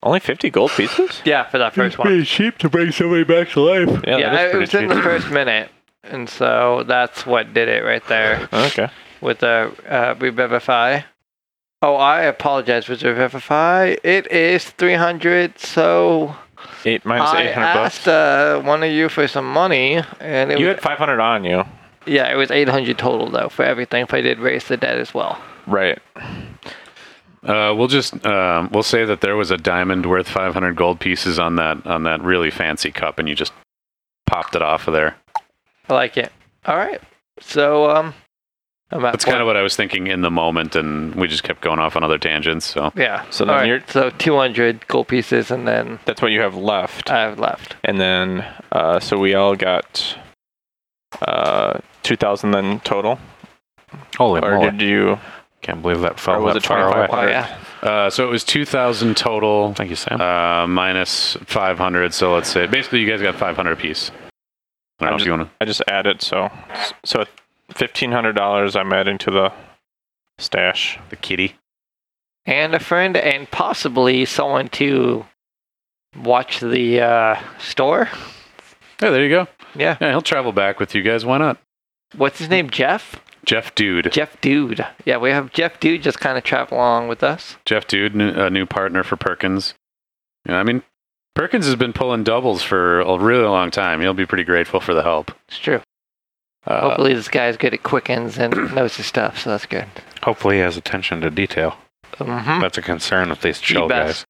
Only fifty gold pieces?
Yeah, for that first one.
cheap to bring somebody back to life.
Yeah,
yeah,
that is
it was
pretty
in the first minute, and so that's what did it right there
cheap. Okay.
with the uh, revivify. Oh, I apologize with revivify. It is three hundred. So
Eight minus
I
eight hundred bucks.
asked uh, one of you for some money, and it
You
was,
had five hundred on you.
yeah, it was eight hundred total though for everything. If I did raise the debt as well.
Right.
Uh, we'll just um, we'll say that there was a diamond worth five hundred gold pieces on that on that really fancy cup, and you just popped it off of there.
I like it. All right. So um, I'm at
That's kind of what I was thinking in the moment, and we just kept going off on other tangents. So
yeah.
So
All
then
right,
you're-
so two hundred gold pieces, and then
That's what you have left.
I have left.
and then uh, so we all got uh, two thousand then total.
Holy
or
moly.
did you?
Can't believe that
Or
fell
was
that
it
far
twenty
away.
five
Oh
hundred?
yeah.
uh, so it was two thousand total,
Thank you, Sam.
uh, minus five hundred. So let's say basically you guys got five hundred apiece. I don't know
I'm
if you want to.
I just added so so fifteen hundred dollars I'm adding to the stash.
The kitty.
and a friend, and possibly someone to watch the uh, store.
Yeah, there you go.
Yeah.
Yeah, he'll travel back with you guys. Why not?
What's his name? Jeff.
Jeff Dude.
Jeff Dude. Yeah, we have Jeff Dude just kind of travel along with us.
Jeff Dude, new, a new partner for Perkins. Yeah, I mean, Perkins has been pulling doubles for a really long time. He'll be pretty grateful for the help.
It's true.
Uh,
Hopefully, this guy's good at quickens and knows his stuff, so that's good.
Hopefully, he has attention to detail.
hmm
That's a concern with these chill guys.
best.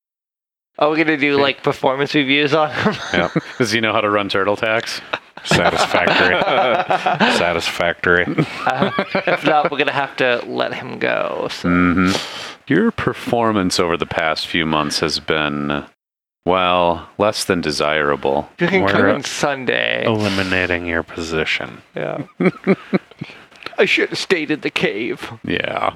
Are we gonna do like performance reviews on him?
does he know how to run turtle tacks?
Satisfactory. Satisfactory.
Uh, if not, we're gonna have to let him go. So.
hmm Your performance over the past few months has been, well, less than desirable.
You can come
We're-
in Sunday.
Eliminating your position.
Yeah. I should have stayed in the cave.
Yeah.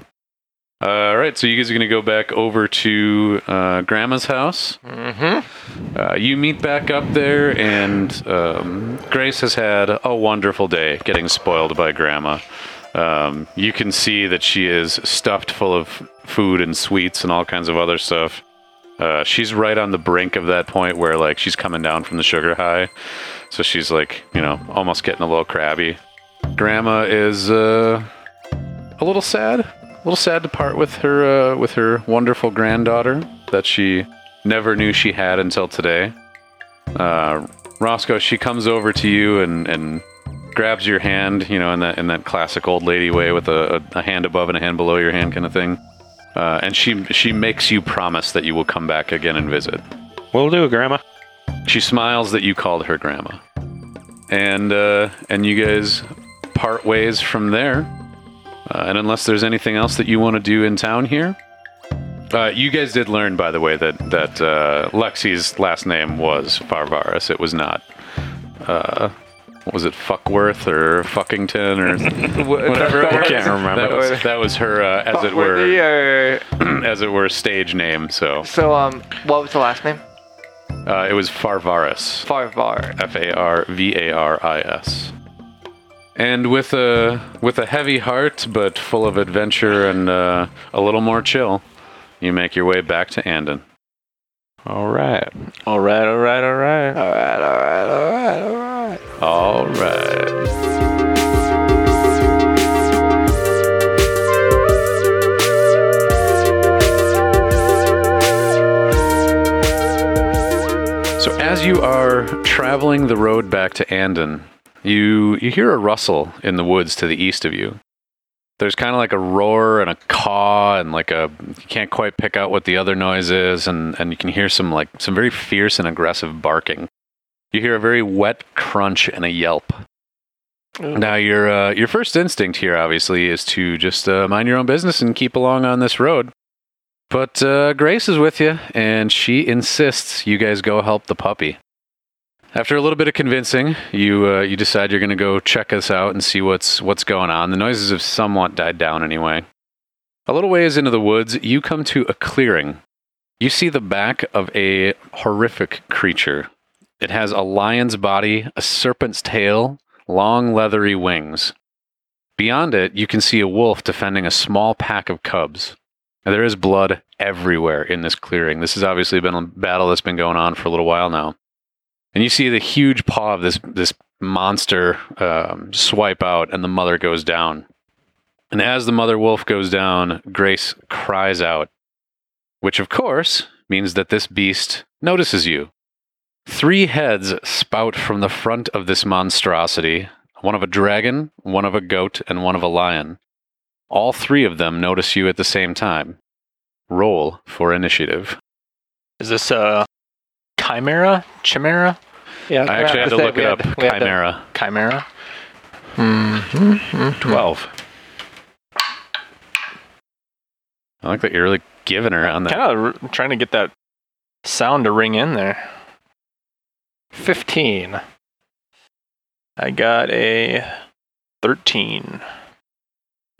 All right, so you guys are going to go back over to uh, Grandma's house.
Mm-hmm.
Uh, you meet back up there, and um, Grace has had a wonderful day getting spoiled by Grandma. Um, you can see that she is stuffed full of food and sweets and all kinds of other stuff. Uh, she's right on the brink of that point where, like, she's coming down from the sugar high. So she's, like, you know, almost getting a little crabby. Grandma is uh, a little sad, a little sad to part with her uh, with her wonderful granddaughter that she never knew she had until today. Uh, Roscoe, she comes over to you and, and grabs your hand, you know, in that in that classic old lady way, with a, a, a hand above and a hand below your hand kind of thing. Uh, and she she makes you promise that you will come back again and visit.
Will do, Grandma.
She smiles that you called her grandma, and uh, and you guys part ways from there. Uh, and unless there's anything else that you want to do in town here, uh, you guys did learn, by the way, that that uh, Lexi's last name was Farvaris. It was not. Uh, what was it Fuckworth or Fuckington or whatever? I
can't remember.
That was, that was her, uh, as it were, as it were, stage name. So
So, um, what was the last name?
uh, it was Farvaris.
Farvar.
F A R V A R I S. And with a with a heavy heart, but full of adventure and uh, a little more chill, you make your way back to Andon.
All right.
All right, all right, all right.
All right, all right, all right, all right.
All right. So as you are traveling the road back to Andon, you you hear a rustle in the woods to the east of you. There's kind of like a roar and a caw and like a you can't quite pick out what the other noise is and and you can hear some like some very fierce and aggressive barking. You hear a very wet crunch and a yelp. Now your uh, your first instinct here obviously is to just uh, mind your own business and keep along on this road. But uh, Grace is with you, and she insists you guys go help the puppy. After a little bit of convincing, you uh, you decide you're going to go check us out and see what's what's going on. The noises have somewhat died down anyway. A little ways into the woods, you come to a clearing. You see the back of a horrific creature. It has a lion's body, a serpent's tail, long leathery wings. Beyond it, you can see a wolf defending a small pack of cubs. Now, there is blood everywhere in this clearing. This has obviously been a battle that's been going on for a little while now. And you see the huge paw of this, this monster um, swipe out, and the mother goes down. And as the mother wolf goes down, Grace cries out, which of course means that this beast notices you. Three heads spout from the front of this monstrosity one of a dragon, one of a goat, and one of a lion. All three of them notice you at the same time. Roll for initiative.
Is this a chimera? Chimera?
Yeah,
I actually had to look it up. Chimera. Mm-hmm,
Chimera?
Twelve.
I like that you're really giving her on that.
Kind of trying to get that sound to ring in there. 15. I got a 13.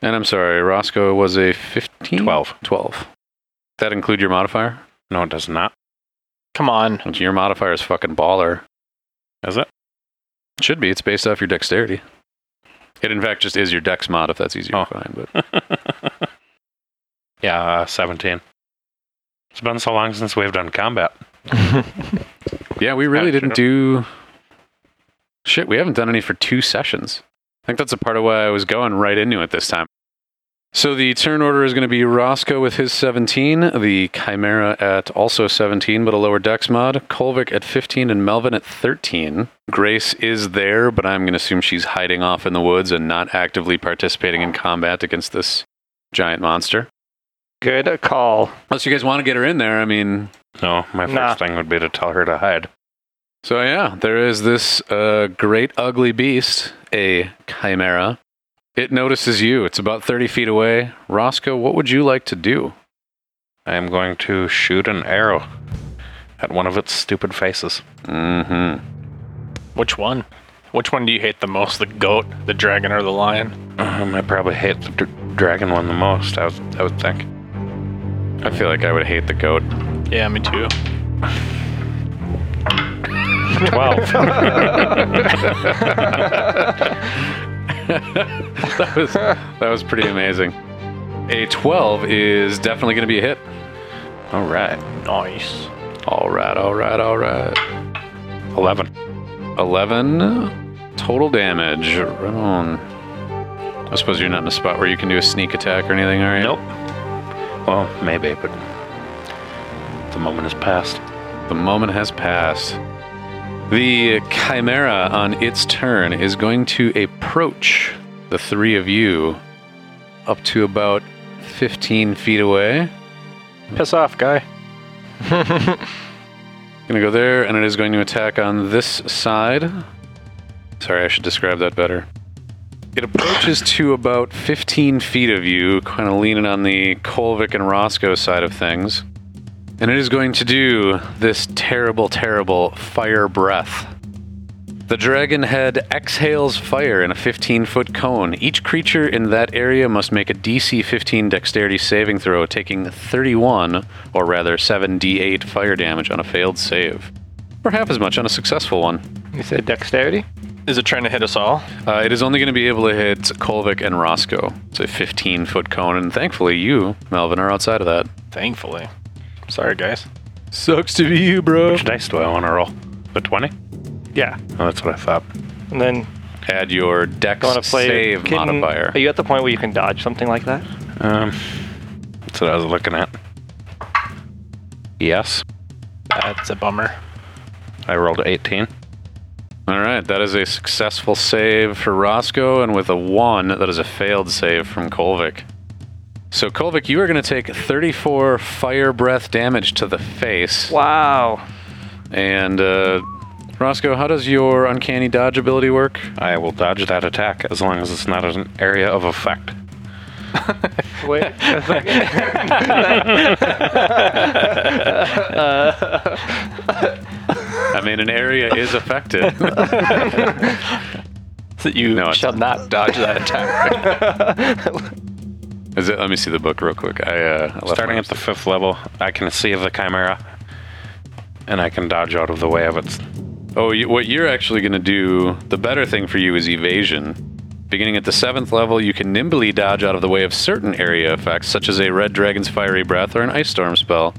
And I'm sorry, Roscoe was a 15?
Twelve.
12. That include your modifier?
No, it does not.
Come on.
Your modifier is fucking baller.
Is it?
Should be. It's based off your dexterity. It in fact just is your dex mod if that's easier
Oh.
to find. But
Yeah, uh, 17. It's been so long since we've done combat.
Yeah, we really
Yeah,
didn't do shit. We haven't done any for two sessions. I think that's a part of why I was going right into it this time. So the turn order is going to be Roscoe with his 17, the Chimera at also 17, but a lower dex mod, Kolvik at 15, and Melvin at 13. Grace is there, but I'm going to assume she's hiding off in the woods and not actively participating in combat against this giant monster.
Good call.
Unless you guys want to get her in there, I mean,
No, my first
Nah.
thing would be to tell her to hide.
So yeah, there is this uh, great ugly beast, a chimera. It notices you. It's about thirty feet away. Roscoe, what would you like to do?
I am going to shoot an arrow at one of its stupid faces.
Mm-hmm.
Which one? Which one do you hate the most? The goat, the dragon, or the lion?
Um, I probably hate the dr- dragon one the most, I, was, I would think.
I feel like I would hate the goat.
Yeah, me too.
12.
That was that was pretty amazing. A twelve is definitely going to be a hit.
All right.
Nice.
All right, all right, all right.
11.
11 total damage. Ramon. I suppose you're not in a spot where you can do a sneak attack or anything, are you?
Nope. Well, maybe, but the moment has passed.
The moment has passed. The chimera on its turn is going to approach the three of you up to about 15 feet away.
Piss off, guy.
Gonna go there, and it is going to attack on this side. Sorry, I should describe that better. It approaches to about 15 feet of you, kind of leaning on the Kolvik and Roscoe side of things. And it is going to do this terrible, terrible fire breath. The dragon head exhales fire in a 15 foot cone. Each creature in that area must make a DC 15 dexterity saving throw, taking 31, or rather 7d8 fire damage on a failed save. Or half as much on a successful one.
You said dexterity?
Is it trying to hit us all?
Uh, it is only going to be able to hit Kolvik and Roscoe. It's a 15 foot cone, and thankfully you, Melvin, are outside of that.
Thankfully. Sorry, guys.
Sucks to be you, bro.
Which dice do I want to roll? The 20?
Yeah.
Oh, that's what I thought.
And then
Add your dex
going to play.
save
can-
modifier.
Are you at the point where you can dodge something like that?
Um, that's what I was looking at. Yes,
That's a bummer.
I rolled 18.
All right, that is a successful save for Roscoe, and with a one, that is a failed save from Kolvik. So, Kolvik, you are going to take 34 fire breath damage to the face.
Wow.
And, uh, Roscoe, how does your uncanny dodge ability work?
I will dodge that attack as long as it's not an area of effect.
Wait. a second.
I mean, an area is affected.
That you
No, it's-
shall not dodge that attack.
is it, let me see the book real quick. I, uh, I left
Starting
mine
at the fifth level, I can see the chimera, and I can dodge out of the way of its.
Oh, you, what you're actually going to do, the better thing for you is evasion. Beginning at the seventh level, you can nimbly dodge out of the way of certain area effects, such as a red dragon's fiery breath or an ice storm spell.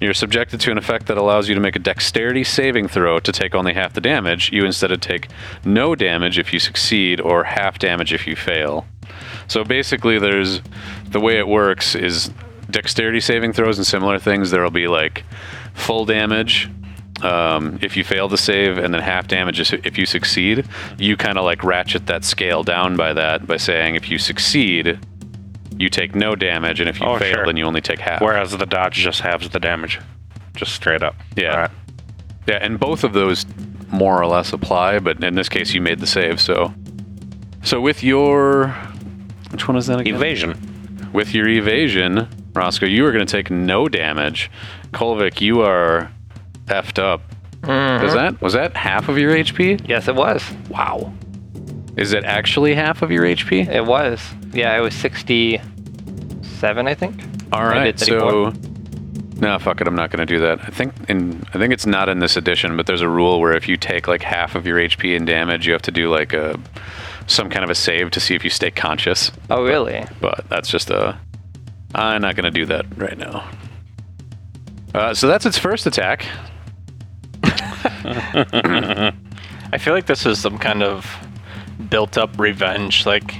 You're subjected to an effect that allows you to make a dexterity saving throw to take only half the damage. You instead of take no damage if you succeed, or half damage if you fail. So basically, there's the way it works is dexterity saving throws and similar things. There will be like full damage um, if you fail to save, and then half damage is if you succeed. You kind of like ratchet that scale down by that by saying if you succeed, you take no damage, and if you
Oh,
fail,
sure.
then you only take half.
Whereas the dodge just halves the damage, just straight up.
Yeah.
All right.
Yeah, and both of those more or less apply, but in this case, you made the save. So, so with your which one is that again?
Evasion.
with your evasion, Roscoe, you are going to take no damage. Kolvik, you are effed up. Is that was that half of your HP?
yes, it was.
Wow. Is it actually half of your HP?
It was. Yeah, it was 67, I think.
All
I
right.
did 34.
So No, fuck it. I'm not going to do that. I think in I think it's not in this edition, but there's a rule where if you take like half of your HP and damage, you have to do like a some kind of a save to see if you stay conscious.
Oh, really?
But that's just a I'm not going to do that right now. Uh, so that's its first attack.
I feel like this is some kind of built up revenge. Like,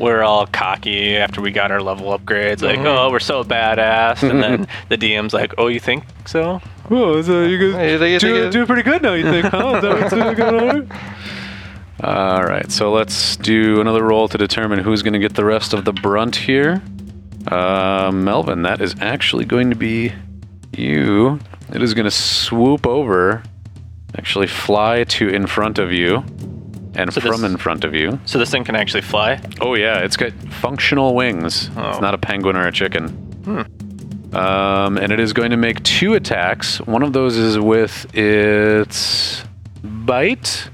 we're all cocky after we got our level upgrades. Like, oh, we're so badass. And then the DM's like, oh, you think so?
Whoa, so you
Hey, you think- you do- think it- do
pretty good now, you think, huh? Is that what's going on? All right, so let's do another roll to determine who's going to get the rest of the brunt here. Uh, Melvin, that is actually going to be you. It is going to swoop over, actually fly to in front of you, and
So this-
from in front of you.
So this thing can actually fly.
Oh yeah, it's got functional wings.
Oh. Hmm.
It's not a penguin or a chicken. Um, and it is going to make two attacks. One of those is with its bite,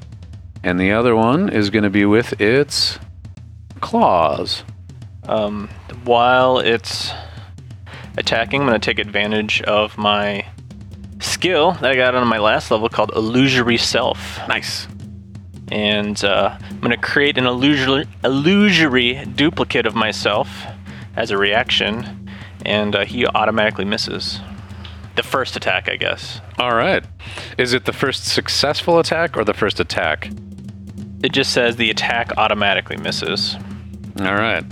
and the other one is going to be with its claws.
Um, while it's attacking, I'm going to take advantage of my skill that I got on my last level called Illusory Self.
Nice.
and uh, I'm gonna create an illusory, illusory duplicate of myself as a reaction, and uh, he automatically misses. The first attack, I guess.
All right. Is it the first successful attack or the first attack?
It just says the attack automatically misses.
All right.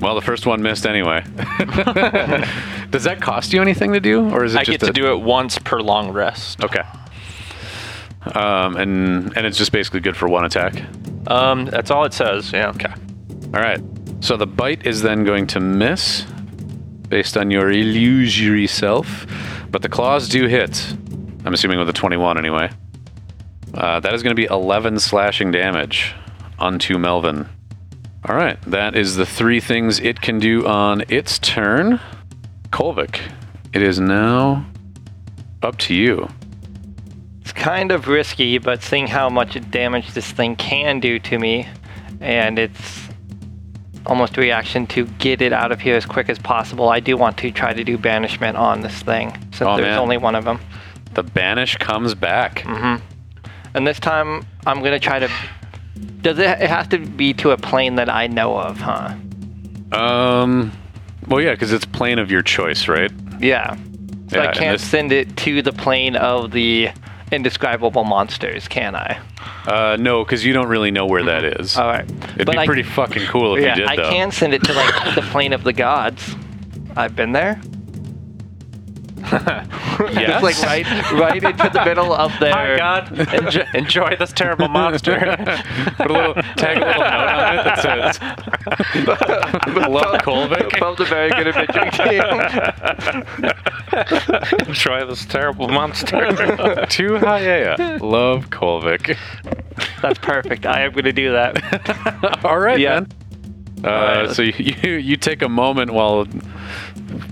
Well, the first one missed anyway. Does that cost you anything to do, or is it
I
just
get to
a-
do it once per long rest.
Okay. Um, and and it's just basically good for one attack.
Um, that's all it says. Yeah. Okay.
All right. So the bite is then going to miss, based on your illusory self, but the claws do hit. I'm assuming with a 21 anyway. Uh, that is going to be 11 slashing damage onto Melvin. All right. That is the three things it can do on its turn. Kolvik, it is now up to you.
It's kind of risky, but seeing how much damage this thing can do to me, and it's almost a reaction to get it out of here as quick as possible, I do want to try to do banishment on this thing, since
Oh,
there's
man.
only one of them.
The banish comes back.
And this time, I'm gonna try to. Does it? It has to be to a plane that I know of, huh?
Um. Well, yeah, because it's plane of your choice, right?
Yeah. So
Yeah,
I
and
can't
this-
send it to the plane of the indescribable monsters, can I?
Uh, no, because you don't really know where that is.
Mm-hmm. All right.
It'd be pretty fucking cool if
yeah,
you did,
I
though.
can send it to like the plane of the gods. I've been there.
Yes.
It's like right, right into the middle of their.
Hi God, enjoy, enjoy this terrible monster.
Put a little tag, a little note on it that says, "Love Kolvik."
Both are very good at picturing team.
Enjoy this terrible monster.
Too high, yeah, yeah. Love Kolvik.
That's perfect. I am going to do that.
All right,
Yeah.
man. Uh, So you, you you take a moment while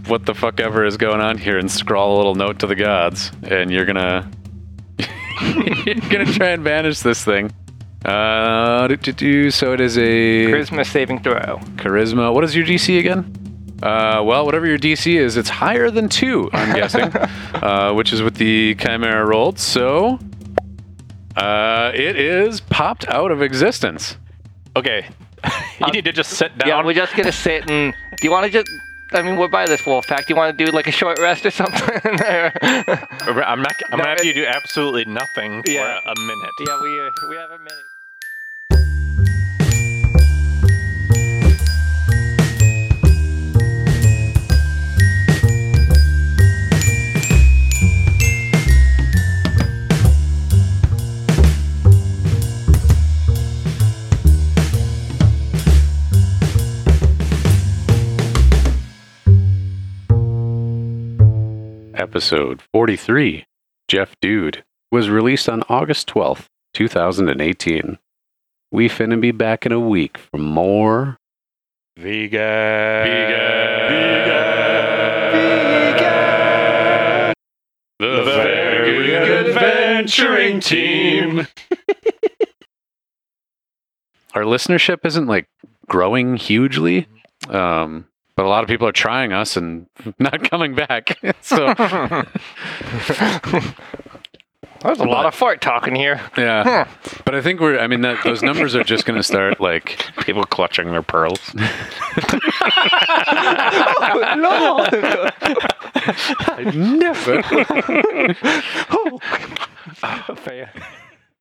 what the fuck ever is going on here and scrawl a little note to the gods, and you're gonna you're gonna try and banish this thing. Uh, do, do, do, so it is a
Charisma saving throw.
charisma. What is your DC again? Uh, well, whatever your DC is, it's higher than two. I'm guessing, uh, which is what the chimera rolled. So uh, it is popped out of existence.
okay, you need to just sit down.
Yeah, we're just going to sit and. Do you want to just. I mean, we're by this wolf pack. Do you want to do like a short rest or something? yeah,
I'm not.
No,
I'm gonna have
it-
you do absolutely nothing for
Yeah.
a minute.
we, uh, we have a minute.
episode 43, Jeff Dude, was released on August 12th, 2018. We finna be back in a week for more.
Vegan.
The
Very Good Adventuring Team.
Our listenership isn't like growing hugely, um, But a lot of people are trying us and not coming back. so
There's a lot of fart talking here.
yeah, but I think we're. I mean, that, those numbers are just going to start like
People clutching their pearls.
no.
never.
Fair.